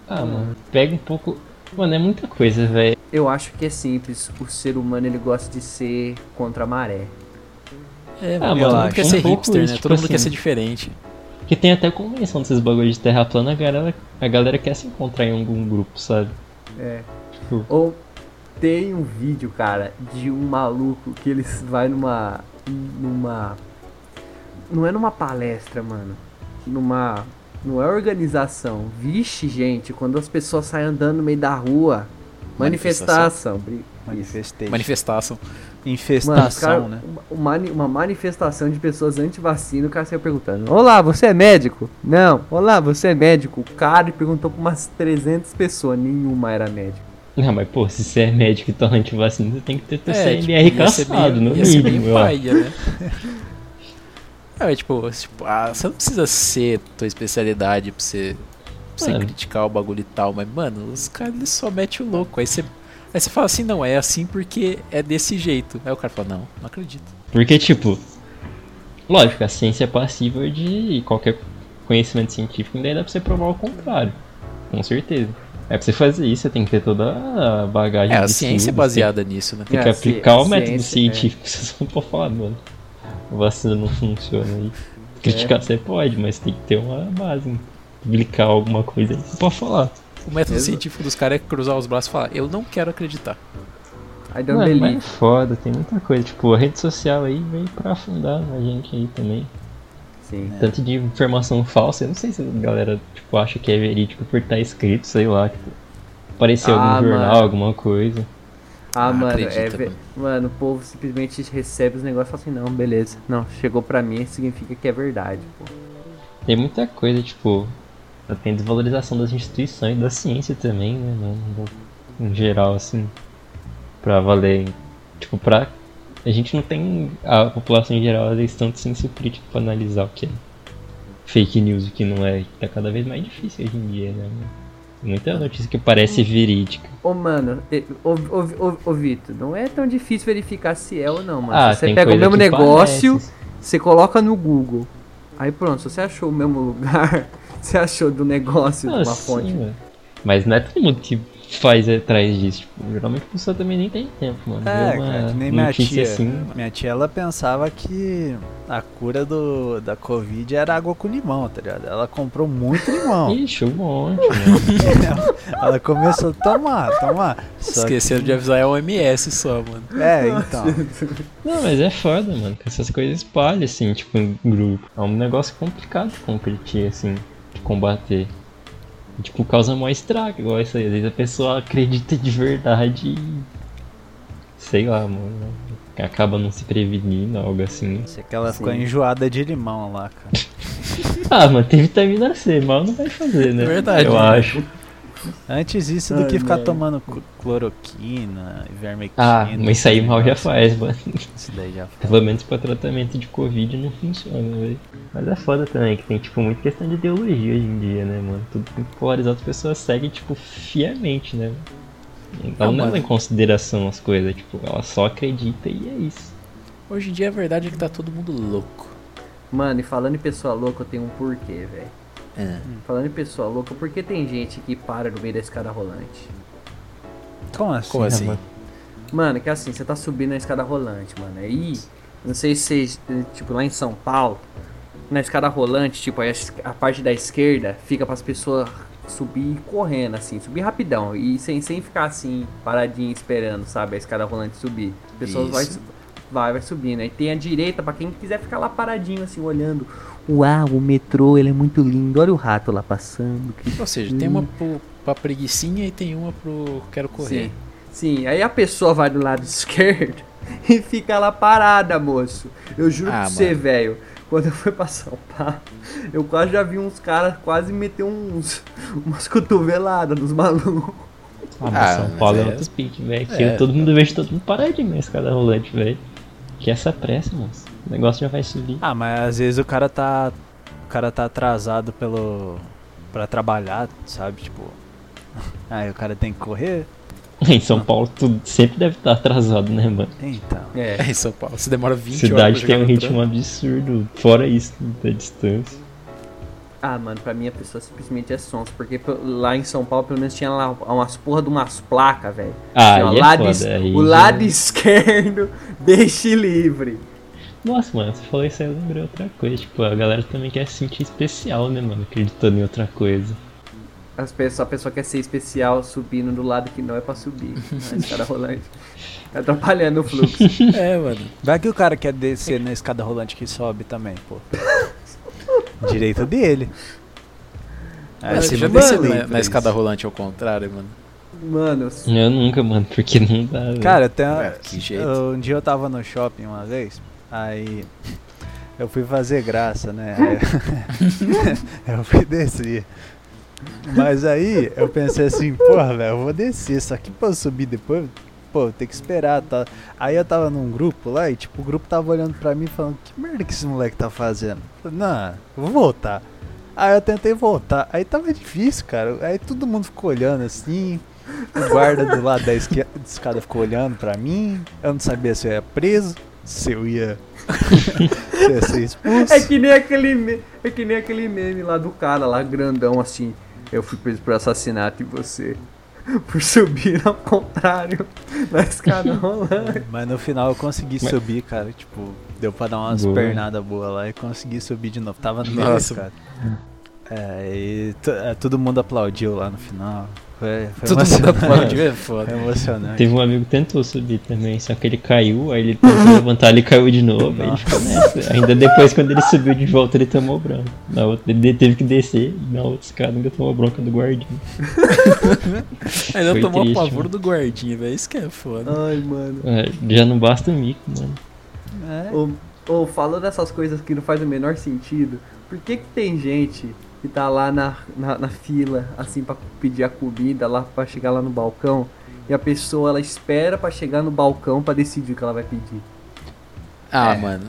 E: Ah, mano. Pega um pouco. Mano, é muita coisa, velho.
C: Eu acho que é simples. O ser humano, ele gosta de ser contra a maré.
D: É,
E: Ah,
D: mano,
E: mano,
D: todo mundo
E: acho
D: quer
E: um
D: ser
E: pouco
D: hipster,
E: isso,
D: né?
E: tipo
D: Todo mundo quer
E: assim.
D: ser diferente.
E: Porque tem até convenção desses bagulhos de terra plana, a galera, a galera quer se encontrar em algum grupo, sabe?
C: É. Ou tem um vídeo, cara, de um maluco que ele vai numa. numa. Não é numa palestra, mano. Numa. Não é organização. Vixe, gente, quando as pessoas saem andando no meio da rua. Manifestação.
D: Manifestação.
C: bri- isso.
A: Manifestation.
D: Manifestação.
E: Tipo
C: Mano, os
A: Infestação,
C: cara,
A: né?
C: uma- uma, uma manifestação de pessoas anti-vacina, o cara saiu perguntando: Olá, você é médico? Não, olá, você é médico? O cara perguntou pra umas 300 pessoas, nenhuma era médico.
E: Não, mas pô, se você é médico e tá antivacina, você tem que ter teu CMR
D: É, tipo, ia ser
E: caçado,
D: meio-
E: é no
D: ia ser meio
E: mínimo, eu acho.
D: paia, né? É, tipo, tipo ah, você não precisa ser tua especialidade pra você, pra você
E: Mano.
D: criticar o bagulho e tal, mas, mano, os caras eles só metem o louco. Aí você, aí você fala assim, não, é assim porque é desse jeito. Aí o cara fala, não, não acredito.
E: Porque, tipo, lógico, a ciência é passível de qualquer conhecimento científico, e daí dá pra você provar o contrário. Com certeza. É pra você fazer isso, você tem que ter toda a bagagem.
D: É, a
E: de
D: ciência é
E: estudos, tem-
D: baseada nisso, né?
E: Tem
C: É,
E: que
C: a ci-
E: aplicar
C: a
E: o método
C: ciência, né?
E: científico, vocês não podem falar, mano.
D: É.
E: A vacina não funciona aí. Criticar você pode, mas tem que ter uma base. publicar alguma coisa, aí, você pode falar.
D: O método
C: Exato.
D: científico dos caras é cruzar os braços e falar, eu não quero acreditar.
C: I don't
E: Mano, mas é
C: believe.
E: foda, tem muita coisa. Tipo, a rede social aí veio pra afundar a gente aí também.
C: Sim.
E: Tanto de informação falsa, eu não sei se a galera tipo, acha que é verídico por estar escrito, sei lá. Tipo, apareceu
C: Ah,
E: algum jornal,
C: mano.
E: alguma coisa.
C: Ah,
D: Ah,
C: mano, é,
D: acredita,
C: ve-
D: mano.
C: mano. o povo simplesmente recebe os negócios e fala assim, não, beleza. Não, chegou pra mim, significa que é verdade, pô.
E: Tem muita coisa, tipo. Tem desvalorização das instituições e da ciência também, né, mano? No- Em geral, assim. Pra valer. Tipo, pra. A gente não tem. A população em geral, ela é tanto senso crítico pra analisar o que é fake news, o que não é. Que tá cada vez mais difícil hoje em dia, né, mano? Tem Muita notícia que
C: É.
E: parece verídica.
C: Ô, mano, e- ô, ô, ô, ô, Vitor, não é tão difícil verificar se é ou não, mano.
E: ah,
C: Se você
E: tem
C: pega o
E: coisa
C: mesmo
E: que
C: negócio,
E: parece.
C: você coloca no Google. Aí pronto, se você achou o mesmo lugar, você achou do negócio de
E: Ah,
C: uma
E: sim,
C: fonte.
E: mano. Mas não é todo mundo que faz atrás disso. Tipo, geralmente a pessoa também nem tem tempo, mano.
A: É,
E: Vê uma
A: cara, que nem minha
E: notícia
A: tia.
E: assim,
A: Minha tia, ela pensava que a cura do, da Covid era água com limão, tá ligado? Ela comprou muito limão.
E: Ixi, um monte, mano.
A: ela começou a tomar, tomar. Só que-
D: Esqueceram de avisar a OMS só, mano.
A: É, então.
E: Não, mas é foda, mano. Que essas coisas espalham, assim, tipo, em grupo. É um negócio complicado de competir, assim, de combater. E, tipo, causa mó estrago, igual isso aí. Às vezes a pessoa acredita de verdade e. Sei lá, mano. Acaba não se prevenindo, algo assim.
A: Sei que ela ficou
C: Sim.
A: enjoada de limão lá, cara.
E: Ah, mano, tem vitamina C, mal não vai fazer, né?
D: É verdade,
E: Eu
D: né?
E: acho.
A: Antes isso do
C: Ai,
A: que ficar
C: merda.
A: tomando cl- cloroquina, ivermectina.
E: Ah, mas isso aí mal já faz, mano.
A: Isso daí já faz.
E: Pelo menos pra tratamento de Covid não funciona, velho. Mas é foda também, que tem, tipo, muita questão de ideologia hoje em dia, né, mano? Tudo tem que polarizar, as pessoas seguem, tipo, fiamente, né? Então
D: Não,
E: não, leva
D: Ah, mano.
E: em consideração as coisas, tipo, ela só acredita e é isso.
D: Hoje em dia a verdade é que tá todo mundo louco.
C: Mano, e falando em pessoa louca, eu tenho um porquê, velho. Falando em pessoa louca, por que tem gente que para no meio da escada rolante?
A: Como assim?
D: Como assim?
E: mano.
C: Mano, que assim, você tá subindo na escada rolante, mano. Aí, não sei se vocês, eh, tipo, lá em São Paulo, na escada rolante, tipo, aí a es- a parte da esquerda fica pras pessoas subir correndo, assim, subir rapidão. E sem, sem ficar assim, paradinho esperando, sabe, a escada rolante subir. As pessoas vai,
D: Isso.
C: su- vai, vai subindo. Aí tem a direita pra quem quiser ficar lá paradinho, assim, olhando. Uau, o metrô, ele é muito lindo. Olha o rato lá passando, que
D: Ou seja, tem uma pro, pra preguicinha e tem uma pro quero correr.
C: Sim. Sim, aí a pessoa vai do lado esquerdo e fica lá parada, moço. Eu juro
D: Ah,
C: pra você,
D: mano.
C: velho. Quando eu fui pra São Paulo, eu quase já vi uns caras quase meter uns, umas cotoveladas nos malucos.
E: Ah, mas
D: Ah,
E: São
D: mas
E: Paulo é,
D: é-
E: outro pique, velho. Aqui
D: é.
E: todo mundo vejo todo mundo paradinho na escada rolante, velho. Que essa pressa, moço. O negócio já vai subir.
A: Ah, mas às vezes o cara tá. O cara tá atrasado pelo. pra trabalhar, sabe? Tipo. Aí o cara tem que correr?
E: Em São Paulo tudo sempre deve estar atrasado, né, mano?
A: Então.
C: É.
D: É, em São Paulo, você demora 20 horas.
E: Cidade
D: pra
E: tem
D: chegar
E: um
D: no
E: ritmo
D: trampo.
E: absurdo, fora isso da distância.
C: Ah, mano, pra mim a pessoa simplesmente é sons. Porque pe- lá em São Paulo, pelo menos, tinha lá umas porra de umas placas, velho.
E: Ah,
C: Tinha, ó,
E: aí é
C: lado
E: foda,
C: es-
E: aí
C: o
E: já- é.
C: lado esquerdo, deixe livre.
E: Nossa, mano, você falou isso aí, eu lembrei outra coisa. Tipo, a galera também quer se sentir especial, né, mano? Acreditando em outra coisa.
C: As pessoas, a pessoa quer ser especial subindo do lado que não é pra subir. Né? Esse cara rolante. Atrapalhando o fluxo.
D: É, mano.
A: Vai que o cara quer descer na escada rolante que sobe também, pô. Direito dele.
D: Mas Ah, você já desceu na, na escada rolante ao contrário, mano.
C: Mano,
E: Eu nunca, mano, porque não dá. velho.
A: Cara, tem uma-
D: É, que jeito.
A: eu- um dia eu tava no shopping uma vez, aí eu fui fazer graça, né? Aí eu fui descer. Mas aí eu pensei assim, porra, velho, eu vou descer, só que pra eu subir depois, pô, tem que esperar, tá? Aí eu tava num grupo lá e, tipo, o grupo tava olhando pra mim falando, que merda que esse moleque tá fazendo? Eu falei, não, eu vou voltar. Aí eu tentei voltar, aí tava difícil, cara. Aí todo mundo ficou olhando assim, o guarda do lado da esquerda da escada ficou olhando pra mim. Eu não sabia se eu ia preso, se eu ia, se eu ia ser expulso.
C: é que nem aquele me- é que nem aquele meme lá do cara lá grandão assim. Eu fui preso por assassinato e você por subir ao contrário na escada rolante.
A: Mas no final eu consegui
E: Mas-
A: subir, cara. Tipo, deu pra dar umas
E: Boa.
A: pernadas boas lá e consegui subir de novo. Tava no meio,
D: Nossa.
A: cara. É, e to- é, todo mundo aplaudiu lá no final. Foi, foi
D: Todo mundo
A: emocionante.
D: aplaudiu, é foda.
A: Foi emocionante.
E: Teve um amigo que tentou subir também, só que ele caiu, aí ele tentou levantar, ele caiu de novo, aí ele ficou nessa. Ainda depois, quando ele subiu de volta, ele tomou bronca. Na outra, ele teve que descer, e na outra escada ainda tomou bronca do guardinha.
D: Ainda
E: Foi
D: tomou o
E: triste,
D: pavor
E: mano.
D: do guardinha, velho. Isso que é foda.
C: Ai, mano.
E: É, Já não basta o mico, mano.
A: É,
C: Ou, ou falando dessas coisas que não faz o menor sentido, por que que tem gente que tá lá na, na, na fila, assim, pra pedir a comida, lá pra chegar lá no balcão, e a pessoa, ela espera pra chegar no balcão pra decidir o que ela vai pedir?
D: Ah,
A: É.
D: mano.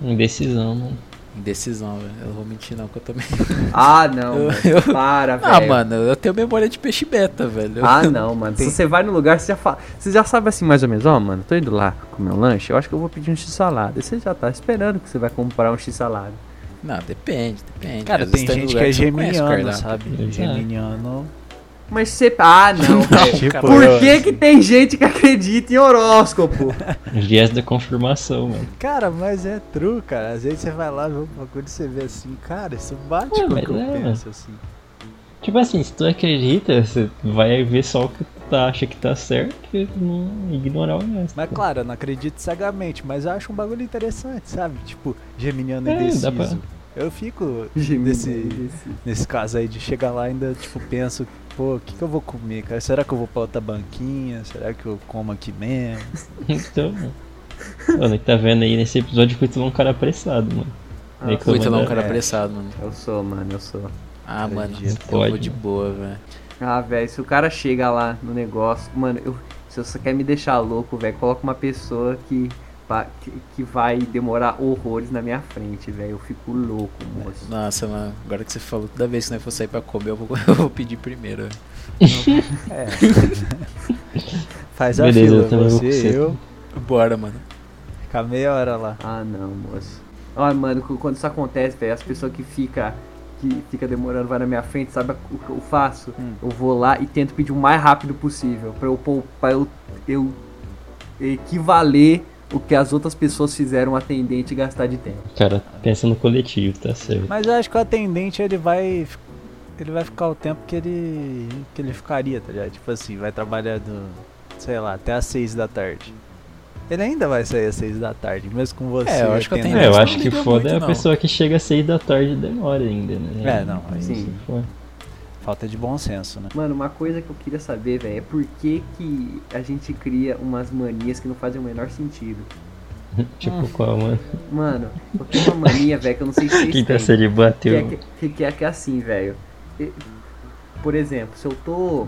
E: Indecisão, mano.
D: Indecisão, velho. Eu não vou mentir, não, que eu também.
C: Ah, não,
D: Eu-
C: mano, para, velho.
D: Ah, mano, eu tenho memória de peixe beta, velho.
C: Ah, não, mano. Se você vai no lugar, você já fala. Você já sabe assim, mais ou menos, ó, mano, tô indo lá comer um lanche, eu acho que eu vou pedir um x-salada. E Você já tá esperando que você vai comprar um x-salada.
D: Não, depende, depende.
A: Cara,
D: Às vezes
A: tem
D: tá em
A: gente que
D: lugar
A: é
D: você não conhece o
A: geminiano,
D: cardápio.
A: sabe?
E: Exato.
A: Geminiano.
C: Mas você. Ah, não, velho.
A: tipo,
D: cara.
C: Por que que tem gente que acredita em horóscopo?
E: Viés da confirmação, mano.
A: Cara, mas é true, cara. Às vezes você vai lá, vê um bagulho e você vê assim, cara, isso bate
E: É,
A: com o
E: mas
A: que eu
E: é,
A: penso, assim.
E: Tipo assim, se tu acredita, você vai ver só o que tu tá- acha que tá certo e não ignorar o resto.
A: Mas claro, eu não acredito cegamente, mas eu acho um bagulho interessante, sabe? Tipo, geminiano
E: É,
A: indeciso.
E: dá pra-
A: Eu fico
C: Gemini,
A: nesse, nesse caso aí de chegar lá e ainda, tipo, penso, pô, o que, que eu vou comer, cara? Será que eu vou pra outra banquinha? Será que eu como aqui mesmo?
E: Então, mano. Mano, que tá vendo aí nesse episódio que é um cara apressado, mano.
C: Ah,
E: Reclamando
D: Muito não,
E: da-
D: então um cara
A: É.
D: apressado, mano.
C: Eu sou, mano, eu sou.
D: Ah, mano,
A: Acredito.
D: eu vou
E: Pode,
D: de
E: mano.
D: boa, velho.
C: Ah, velho, se o cara chega lá no negócio, mano, eu, se você quer me deixar louco, velho, coloca uma pessoa que, va- que, que vai demorar horrores na minha frente, velho. Eu fico louco, moço.
D: Nossa, mano, agora que você falou, toda vez que nós for sair pra comer, eu vou, eu vou pedir primeiro. velho.
A: É. Faz a
E: Beleza,
A: fila,
E: eu também vou com
A: você,
E: você.
A: eu,
D: Bora, mano.
A: ficar meia hora lá.
C: Ah, não, moço. Olha, mano, cu- quando isso acontece, velho, as pessoas que fica que fica demorando vai na minha frente, sabe o que eu faço?
A: Hum.
C: Eu vou lá e tento pedir o mais rápido possível, pra eu poupar, eu, eu equivaler o que as outras pessoas fizeram o atendente gastar de tempo.
E: O cara pensa no coletivo, tá certo.
A: Mas eu acho que o atendente ele vai. Ele vai ficar o tempo que ele. que ele ficaria, tá ligado? Tipo assim, vai trabalhar do. sei lá, até às seis da tarde. Ele ainda vai sair às seis da tarde, mesmo com você.
D: É, eu acho que o
A: atendendo.
E: É, eu
D: Não
E: acho que
D: liga
E: foda
D: muito,
E: é a
D: não.
E: pessoa que chega às 6 da tarde e demora ainda, né?
A: É, não, aí
E: Isso
C: sim.
E: foi.
A: É, Falta de bom senso, né?
C: Mano, uma coisa que eu queria saber, velho, é por que, que a gente cria umas manias que não fazem o menor sentido.
E: Tipo,
C: Hum.
E: qual, mano?
C: Mano, eu tenho uma mania, velho, que eu não sei se vocês
E: Quem tá
C: têm.
E: se ele
C: Que é
E: bateu.
C: que, que- que é que é assim, velho. E- Por exemplo, se eu tô.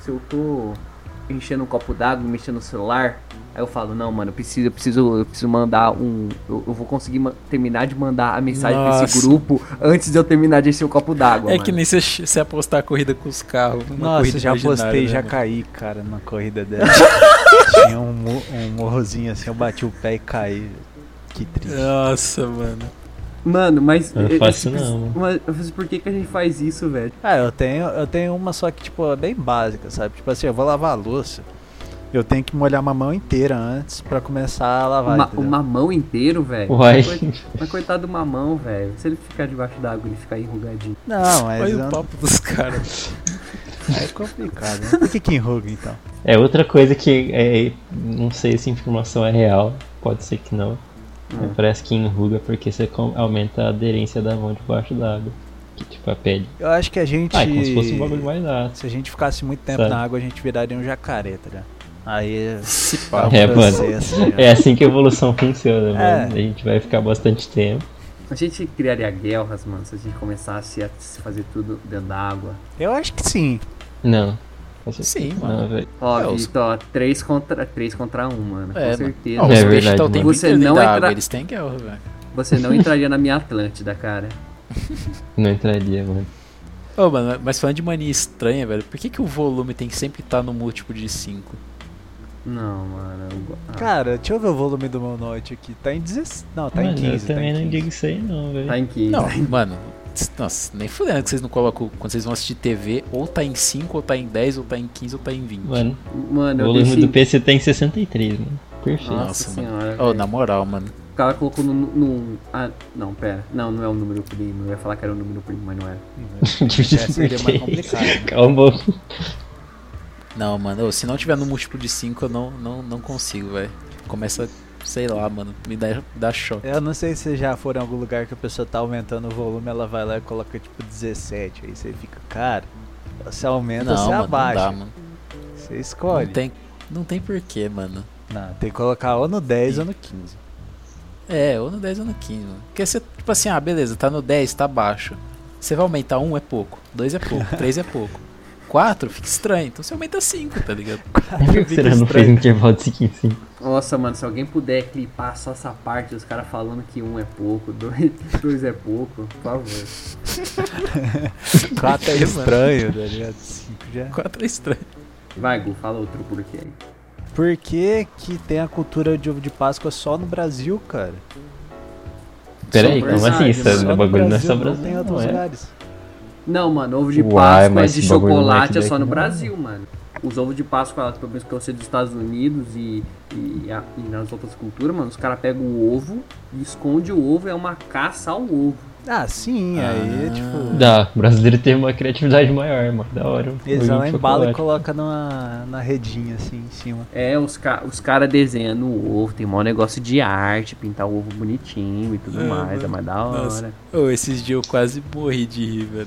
C: Se eu tô enchendo um copo d'água, mexendo no celular, aí eu falo, não, mano, eu preciso, eu preciso, eu preciso mandar um. Eu, eu vou conseguir ma- terminar de mandar a mensagem pra esse
D: Nossa.
C: grupo antes de eu terminar de encher o copo d'água.
D: É
C: mano.
D: que nem você, você apostar a corrida com os carros. uma
A: Nossa,
D: corrida
A: já
D: imaginária,
A: postei,
D: né,
A: já
D: mano?
A: caí, cara, na corrida dela. Tinha um, mo- um morrozinho assim, eu bati o pé e caí. Que triste.
D: Nossa, mano.
C: Mano, mas.
E: Não é
C: eu-
E: fácil
C: eu-
E: não, mano.
C: Mas, mas por que, que a gente faz isso, velho?
A: Ah, eu tenho, eu tenho uma só que, tipo, é bem básica, sabe? Tipo assim, eu vou lavar a louça. Eu tenho que molhar uma mão inteira antes pra começar a lavar.
C: Uma- o
A: entendeu?
C: mamão inteiro, velho?
E: Uai.
C: Mas, mas coitado do mamão, velho. Se ele ficar debaixo d'água, ele ficar enrugadinho.
A: Não, mas
D: Olha
A: eu-
D: o papo dos caras.
A: é complicado. Né? Por que que enruga, então?
E: É outra coisa que é, não sei se a informação é real, pode ser que não. Mas Parece que enruga porque você com- aumenta a aderência da mão debaixo d'água. Que tipo a pele.
A: Eu acho que a gente...
E: Ah, é como se fosse um bagulho mais ácido.
A: Se a gente ficasse muito tempo
E: Sabe?
A: na água, a gente viraria um jacaré, tá ligado? Aí...
D: Se pá.
A: pá,
E: É,
A: um
E: mano.
A: processo, né?
E: É assim que a evolução funciona,
A: É.
E: mano. A gente vai ficar bastante tempo.
C: A gente criaria guerras, mano, se a gente começasse a se fazer tudo dentro da água.
A: Eu acho que sim.
E: Não. Com certeza
D: Sim,
E: não,
D: mano.
E: velho.
C: Ó,
D: É, os-
C: Vitor, 3 contra 3 contra 1, mano.
D: É,
C: com
D: mano.
C: certeza.
D: Não,
E: É
D: os peixes
E: verdade,
D: estão o tempo
C: mano. Você
D: inteiro dentro
C: não
D: da
C: é entra-
D: água, eles têm guerra, velho.
C: Você não entraria na minha Atlântida, cara.
E: Não entraria, mano.
D: Ô, mano, mas falando de mania estranha, velho, por que, que o volume tem que sempre estar no múltiplo de 5?
C: Não, mano. eu go- ah,
A: Cara, deixa eu ver o volume do meu note aqui. Tá em 16... Não, tá em
E: mano,
A: 15.
E: eu
A: tá em
E: também não
A: 15.
E: digo isso aí não, velho.
C: tá em 15.
D: Não, mano, tss, nossa, nem fudendo que vocês não colocam quando vocês vão assistir TV, ou tá em 5, ou tá em 10, ou tá em 15, ou tá em 20.
E: Mano,
C: Mano,
E: o
C: eu
E: volume
C: deixei...
E: do PC tá em 63, mano. Perfeito.
C: Nossa
D: Nossa, mano. Oh,
C: senhora,
D: Ô,
C: velho.
D: na moral, mano.
C: O cara colocou num. num- ah, não, pera. Não, não é um número primo. Eu ia falar que era um número primo, mas não era.
A: Essa seria mais complicado.
E: Calma.
D: Não, mano, ô, se não tiver no múltiplo de 5, eu não, não, não consigo, velho. Começa, sei lá, mano, me dá, dá choque.
A: Eu não sei se vocês já foram em algum lugar que a pessoa tá aumentando o volume, ela vai lá e coloca tipo 17. Aí você fica, cara, você aumenta,
D: não,
A: você
D: mano,
A: abaixa.
D: não dá, mano.
A: Você escolhe.
D: Não tem, não tem porquê, mano.
A: Não, tem que colocar ou no 10 ou no 15.
D: É, ou no 10 ou no 15, mano. Porque você, tipo assim, ah, beleza, tá no 10, tá baixo. Você vai aumentar 1 é pouco, 2 é pouco, 3 é pouco. 4 fica estranho, então você aumenta 5, tá ligado?
E: Por que será não fez um intervalo de 5 em 5?
C: Nossa, mano, se alguém puder clipar só essa parte, os caras falando que um é pouco, dois, dois é pouco, por favor.
A: 4 é
D: Mano.
A: estranho, tá ligado? 5 já.
D: 4 é estranho.
C: Vai, Gu, fala outro porquê aí.
A: Por que, que tem a cultura de ovo de Páscoa só no Brasil, cara?
E: Peraí,
C: Só
E: como assim?
C: verdade,
E: Isso
C: mano.
E: é
A: Só
E: no
A: no
E: bagulho não é
A: Brasil,
E: só
A: Não tem em
E: Brasil.
A: outros
E: Não é.
A: lugares.
C: Não, mano, ovo de
E: Uai,
C: Páscoa é
E: mas
C: de
E: esse bagulho não é
C: chocolate, é
E: daqui
C: só no
E: não.
C: Brasil, mano. Os ovos de Páscoa, pelo menos que eu sei dos Estados Unidos e, e, a- e nas outras culturas, mano, os caras pegam o ovo e esconde o ovo, é uma caça ao ovo.
A: Ah, sim, aí, tipo.
E: Ah, Dá, o brasileiro tem uma criatividade maior, mano. Da hora. um
A: Eles
E: bagulho
A: vão lá
E: de
A: embala e
E: chocolate.
A: colocam numa, na redinha, assim, em cima.
C: É, os, ca os caras desenhando o ovo, tem maior negócio de arte, pintar o ovo bonitinho e tudo
D: É,
C: mais, é
D: mano.
C: mais da hora.
D: Nossa. Ô, esses dias eu quase morri de rir, velho.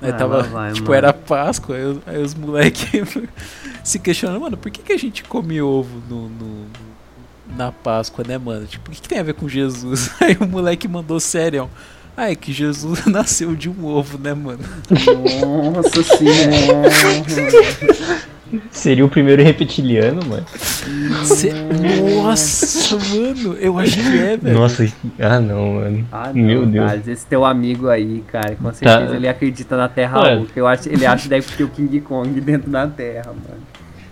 D: Aí
C: Ah,
D: tava,
C: lá vai,
D: tipo,
C: mano.
D: era Páscoa, aí, os- aí os moleques se questionando, mano, por que, que a gente come ovo no, no- na Páscoa, né, mano? Tipo, o que, que tem a ver com Jesus? Aí o moleque mandou sério, ah, é que Jesus nasceu de um ovo, né, mano?
C: Nossa senhora.
E: Seria o primeiro reptiliano, mano.
D: Cê- Nossa, mano, eu acho que é, velho.
E: Nossa, ah não, mano.
C: Ah, não,
E: Meu Deus. Tá.
C: Thales, esse teu amigo aí, cara, com certeza ele acredita na Terra
E: Olha.
C: Oca. Eu acho, ele acha deve ter o King Kong dentro da Terra, mano.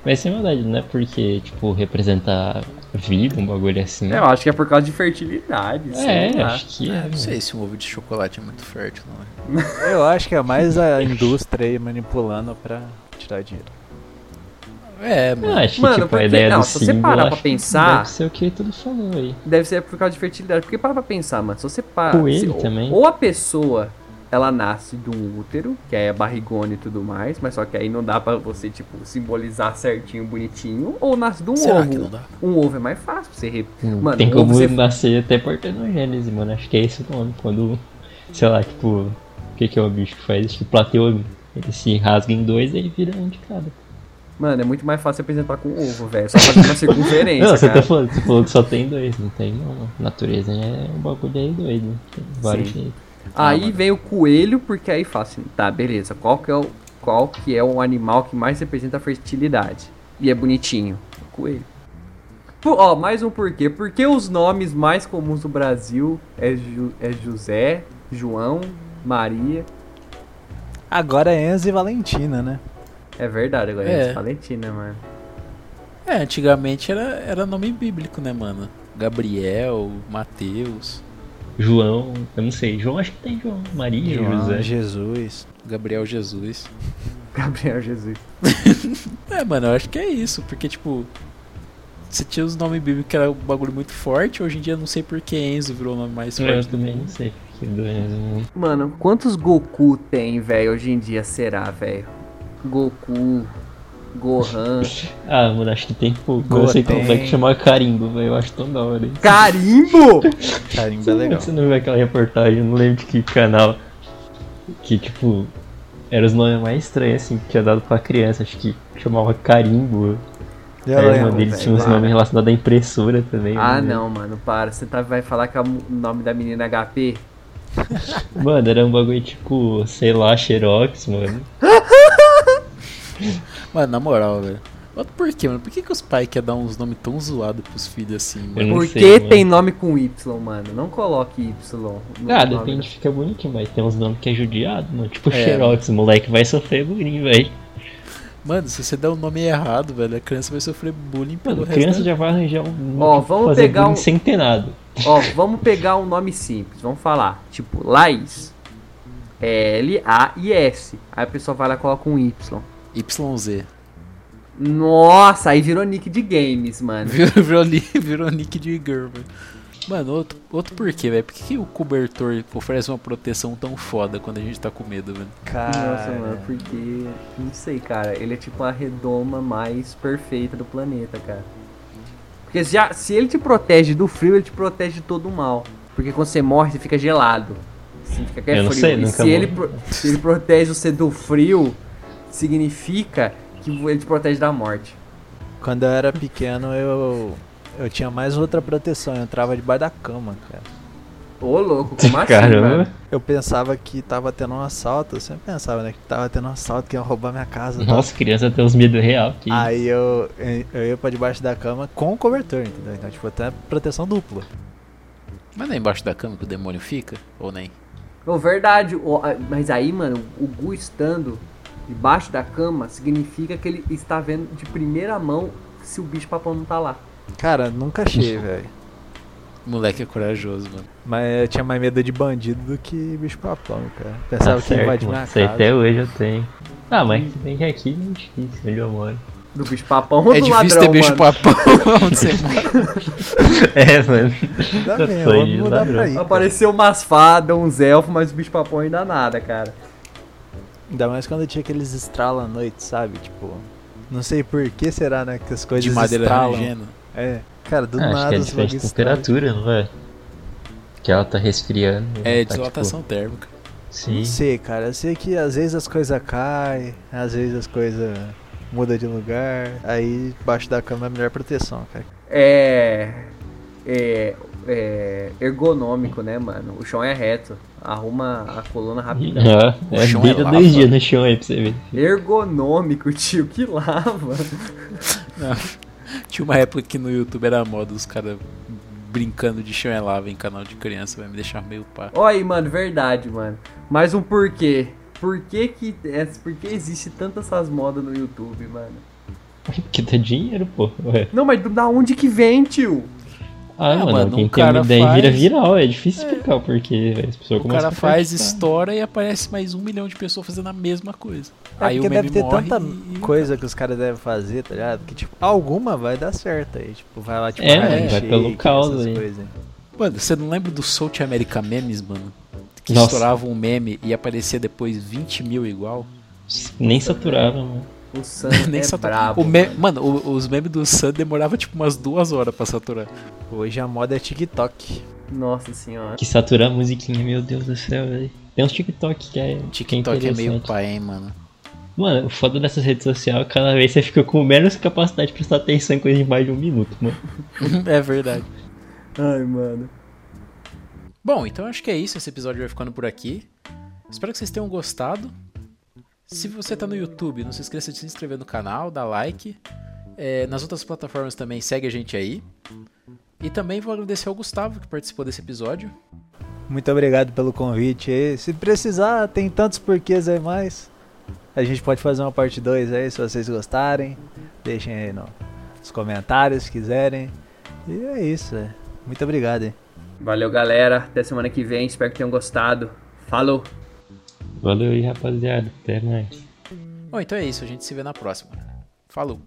E: Mas sem maldade, não é porque, tipo, representar vida, um bagulho assim.
C: Eu acho que é por causa de fertilidade, sei
E: é,
C: lá.
E: acho que é.
D: Ah, não
E: mano.
D: sei se um ovo de chocolate é muito fértil, não é?
A: Eu acho que é mais a indústria aí manipulando pra tirar dinheiro.
D: É, mano.
E: Eu acho
C: Mano,
E: que tipo,
C: porque-
E: a ideia
C: não,
E: do
C: se você
E: símbolo,
C: parar
E: acho
C: pra
E: que
C: pensar-
E: Deve ser o que tudo falou aí.
C: Deve ser por causa de fertilidade. Porque para pra pensar, mano, se você para.
E: Coelho
C: se-
E: também.
C: Ou a pessoa ela nasce de um útero, que aí é barrigona e tudo mais, mas só que aí não dá pra você, tipo, simbolizar certinho, bonitinho, ou nasce de um
D: Será
C: ovo.
D: que não dá?
C: Um ovo é mais fácil pra você re... Mano, um
E: Tem
C: ovo
E: como
C: você-
E: nascer até partenogênese, mano. Acho que é esse o nome. Quando, sei lá, tipo, o que, que é o bicho que faz? Acho que o plateu, ele se rasga em dois e ele vira um de cada.
C: Mano, é muito mais fácil apresentar com ovo, velho. Só fazendo uma circunferência.
E: não, você
C: É cara.
E: tá falando, você falou que só tem dois, não tem não. mano. Natureza é um bagulho aí doido. Tem vários
C: Sim.
E: jeitos.
C: Aí vem o coelho, porque aí fala assim, tá, beleza, qual que é o, qual que é o animal que mais representa a fertilidade? E é bonitinho. Coelho. Pô, ó, mais um porquê. Porque os nomes mais comuns do Brasil é, Ju- é José, João, Maria.
A: Agora é Enzo e Valentina, né?
C: É verdade, agora
D: É.
C: é Valentina, mano.
D: É, antigamente era, era nome bíblico, né, mano? Gabriel, Mateus,
E: João, eu não sei. João, acho que tem João. Maria,
A: João,
E: José.
A: Jesus.
D: Gabriel Jesus.
C: Gabriel Jesus.
D: É, mano, eu acho que é isso, porque, tipo, você tinha os nomes bíblicos que era um bagulho muito forte, hoje em dia eu não sei por que Enzo virou o nome mais
E: Eu
D: forte.
E: também não sei né? porque dois. não-
C: Mano, quantos Goku tem, velho, hoje em dia será, velho? Goku, Gohan,
E: Ah, mano, acho que tem pouco. Eu
A: Goa
E: não sei como é
A: tem.
E: que chama carimbo, velho. Eu acho tão da hora isso.
C: Carimbo!
A: Carimba é legal.
E: Você não viu aquela reportagem, eu não lembro de que canal. Que tipo. Era os nomes mais estranhos assim que tinha dado pra criança, acho que chamava carimbo.
A: Eu
E: Aí a irmã
A: lembro.
E: dele
C: velho,
E: tinha uns
C: para.
E: nomes relacionados à impressora também.
C: Ah,
E: né?
C: não, mano, para. Você tá, vai falar que é o nome da menina é HP?
E: Mano, era um bagulho tipo, sei lá, Xerox, mano.
D: Mano, na moral, velho. Mas Por quê, mano? Por que, que os pais querem dar uns nomes tão zoados pros filhos assim,
E: Eu
D: mano?
E: não
C: Por
E: sei,
C: que
E: mano.
C: tem nome com Y, mano? Não coloque Y. no
E: Ah,
C: nome
E: depende, fica bonitinho, mas tem uns nomes que é judiado, mano. Tipo
D: É,
E: Xerox, o moleque vai sofrer bullying, velho.
D: Mano, se você der o nome errado, velho, a criança vai sofrer bullying pelo
E: Mano,
D: resto
E: criança
D: da...
E: já vai arranjar um.
C: Ó, vamos
E: fazer
C: pegar
E: bullying
C: um-
E: sem ter nada.
C: da- Ó, vamos pegar um nome simples. Vamos falar. Tipo, Laís. É L-A-I-S. Aí a pessoa vai lá e coloca um Y.
D: YZ.
C: Nossa, aí virou nick de games, mano.
D: Virou, virou, li- virou nick de girl, velho. Mano, outro, outro porquê, velho. Por que, que o cobertor oferece uma proteção tão foda quando a gente tá com medo, velho?
A: Cara,
C: Nossa, mano, porque. Não sei, cara. Ele é tipo a redoma mais perfeita do planeta, cara. Porque se, a- se ele te protege do frio, ele te protege de todo o mal. Porque quando você morre, você fica gelado. Você fica
E: Eu
C: é
E: não
C: frio.
E: sei,
C: e
E: nunca
C: se ele,
E: morri.
C: pro- se ele protege você do frio, significa que ele te protege da morte.
A: quando eu era pequeno eu eu tinha mais outra proteção, eu entrava debaixo da cama, cara.
C: Ô, louco, como assim,
E: Caramba.
C: mano?
A: Eu pensava que tava tendo um assalto, eu sempre pensava, né, que tava tendo um assalto, que iam roubar minha casa. e tal.
E: Nossa, criança tem uns medos real. Que...
C: Ah,
A: Aí eu, eu ia pra debaixo da cama com o cobertor, entendeu? Então, tipo, até proteção dupla.
D: Mas não é embaixo da cama que o demônio fica? Ou nem?
C: Não, verdade. o- a- Mas aí, mano, o Gu estando debaixo da cama significa que ele está vendo de primeira mão se o bicho papão não tá lá.
A: Cara, nunca achei, velho.
D: Moleque é corajoso, mano.
A: Mas eu tinha mais medo de bandido do que bicho papão, cara. Pensava que invade minha
E: Tá Isso aí
A: casa.
E: até hoje eu tenho. Ah, mas que bem que aqui é difícil, onde eu moro.
C: Do bicho papão ou
D: é
C: do
D: difícil
C: ladrão,
D: ter bicho
C: mano?
D: papão onde você mora.
E: É, mano.
A: Dá
E: Eu
A: mesmo,
E: sou
A: vamos
E: de
A: mudar
E: ladrão.
A: pra aí. cara.
C: Apareceu umas fadas, uns elfos, mas o bicho papão ainda nada, cara.
A: Ainda mais quando tinha aqueles estralos à noite, sabe? Tipo, não sei por que será, né? Que as coisas
D: De madeira
A: estralam.
D: rangendo.
A: É. Cara, do
E: Ah, acho que
A: nada
E: é
A: os
E: diferente de
A: bagulhos
E: temperatura, não é? Que ela tá resfriando.
D: É,
E: tá,
D: deslotação térmica.
E: Tipo,
A: Não
E: sim.
A: sei, cara. Eu sei que às vezes as coisas caem, às vezes as coisas mudam de lugar. Aí debaixo da cama é a melhor proteção, cara.
C: É. É. É ergonômico, né, mano? O chão é reto. Arruma a coluna rapidão.
E: Ah,
D: O
E: é,
D: chão é
E: deita
D: lava.
E: dois dias no chão aí pra você ver.
C: Ergonômico, tio, que lava.
D: Tinha uma época que no YouTube era moda os caras brincando de chão é lava em canal de criança, vai me deixar meio pá.
C: Olha aí, mano, verdade, mano. Mais um porquê. Por que que. é, Por que existe tantas essas modas no YouTube, mano?
E: Porque dá dinheiro, pô. Ué.
C: Não, mas da onde que vem, tio?
E: Ah,
D: É,
E: mano,
D: mano,
E: quem
D: um
E: tem
D: cara
E: uma ideia
D: faz-
E: vira viral. É difícil explicar o porquê, velho. As pessoas
D: O
E: começam
D: cara
E: a tipo,
D: faz,
E: participar.
D: estoura e aparece mais um milhão de pessoas fazendo a mesma coisa.
A: É
D: Aí o
A: porque
D: meme
A: deve ter
D: morre
A: tanta
D: e- tá.
A: coisa que os caras devem fazer, tá ligado? Que, tipo, alguma vai dar certo aí. Tipo, vai lá, tipo,
E: É,
A: Harlem
E: vai pelo
A: Shake,
E: caos
A: essas
E: aí.
A: coisas aí.
D: Mano, você não lembra do South America Memes, mano? Que
E: Nossa.
D: estourava um meme e aparecia depois 20 mil igual.
E: Nem saturava, mano.
C: O Sam
D: Nem
C: é
D: saturava.
C: brabo.
D: O me- Mano,
C: mano.
D: o- os memes do Sun demorava tipo umas duas horas pra saturar.
A: Hoje a moda é TikTok.
C: Nossa senhora.
E: Que saturar a musiquinha, meu Deus do céu, velho. Tem uns TikTok que é.
D: TikTok
E: que
D: é meio
E: interessante.
D: pai, hein, mano.
E: Mano, o foda dessas redes sociais, é cada vez você fica com menos capacidade de prestar atenção em coisa de mais de um minuto, mano.
D: é verdade.
C: Ai, mano.
D: Bom, então acho que é isso. Esse episódio vai ficando por aqui. Espero que vocês tenham gostado. Se você tá no YouTube, não se esqueça de se inscrever no canal, dar like. É, nas outras plataformas também, segue a gente aí. E também vou agradecer ao Gustavo que participou desse episódio.
A: Muito obrigado pelo convite aí. Se precisar, tem tantos porquês aí mais. A gente pode fazer uma parte 2 aí, se vocês gostarem. Deixem aí no- nos comentários, se quiserem. E é isso, é. Muito obrigado, hein.
C: Valeu, galera. Até semana que vem. Espero que tenham gostado. Falou!
E: Valeu aí, rapaziada. Até mais.
D: Bom, então é isso. A gente se vê na próxima. Falou!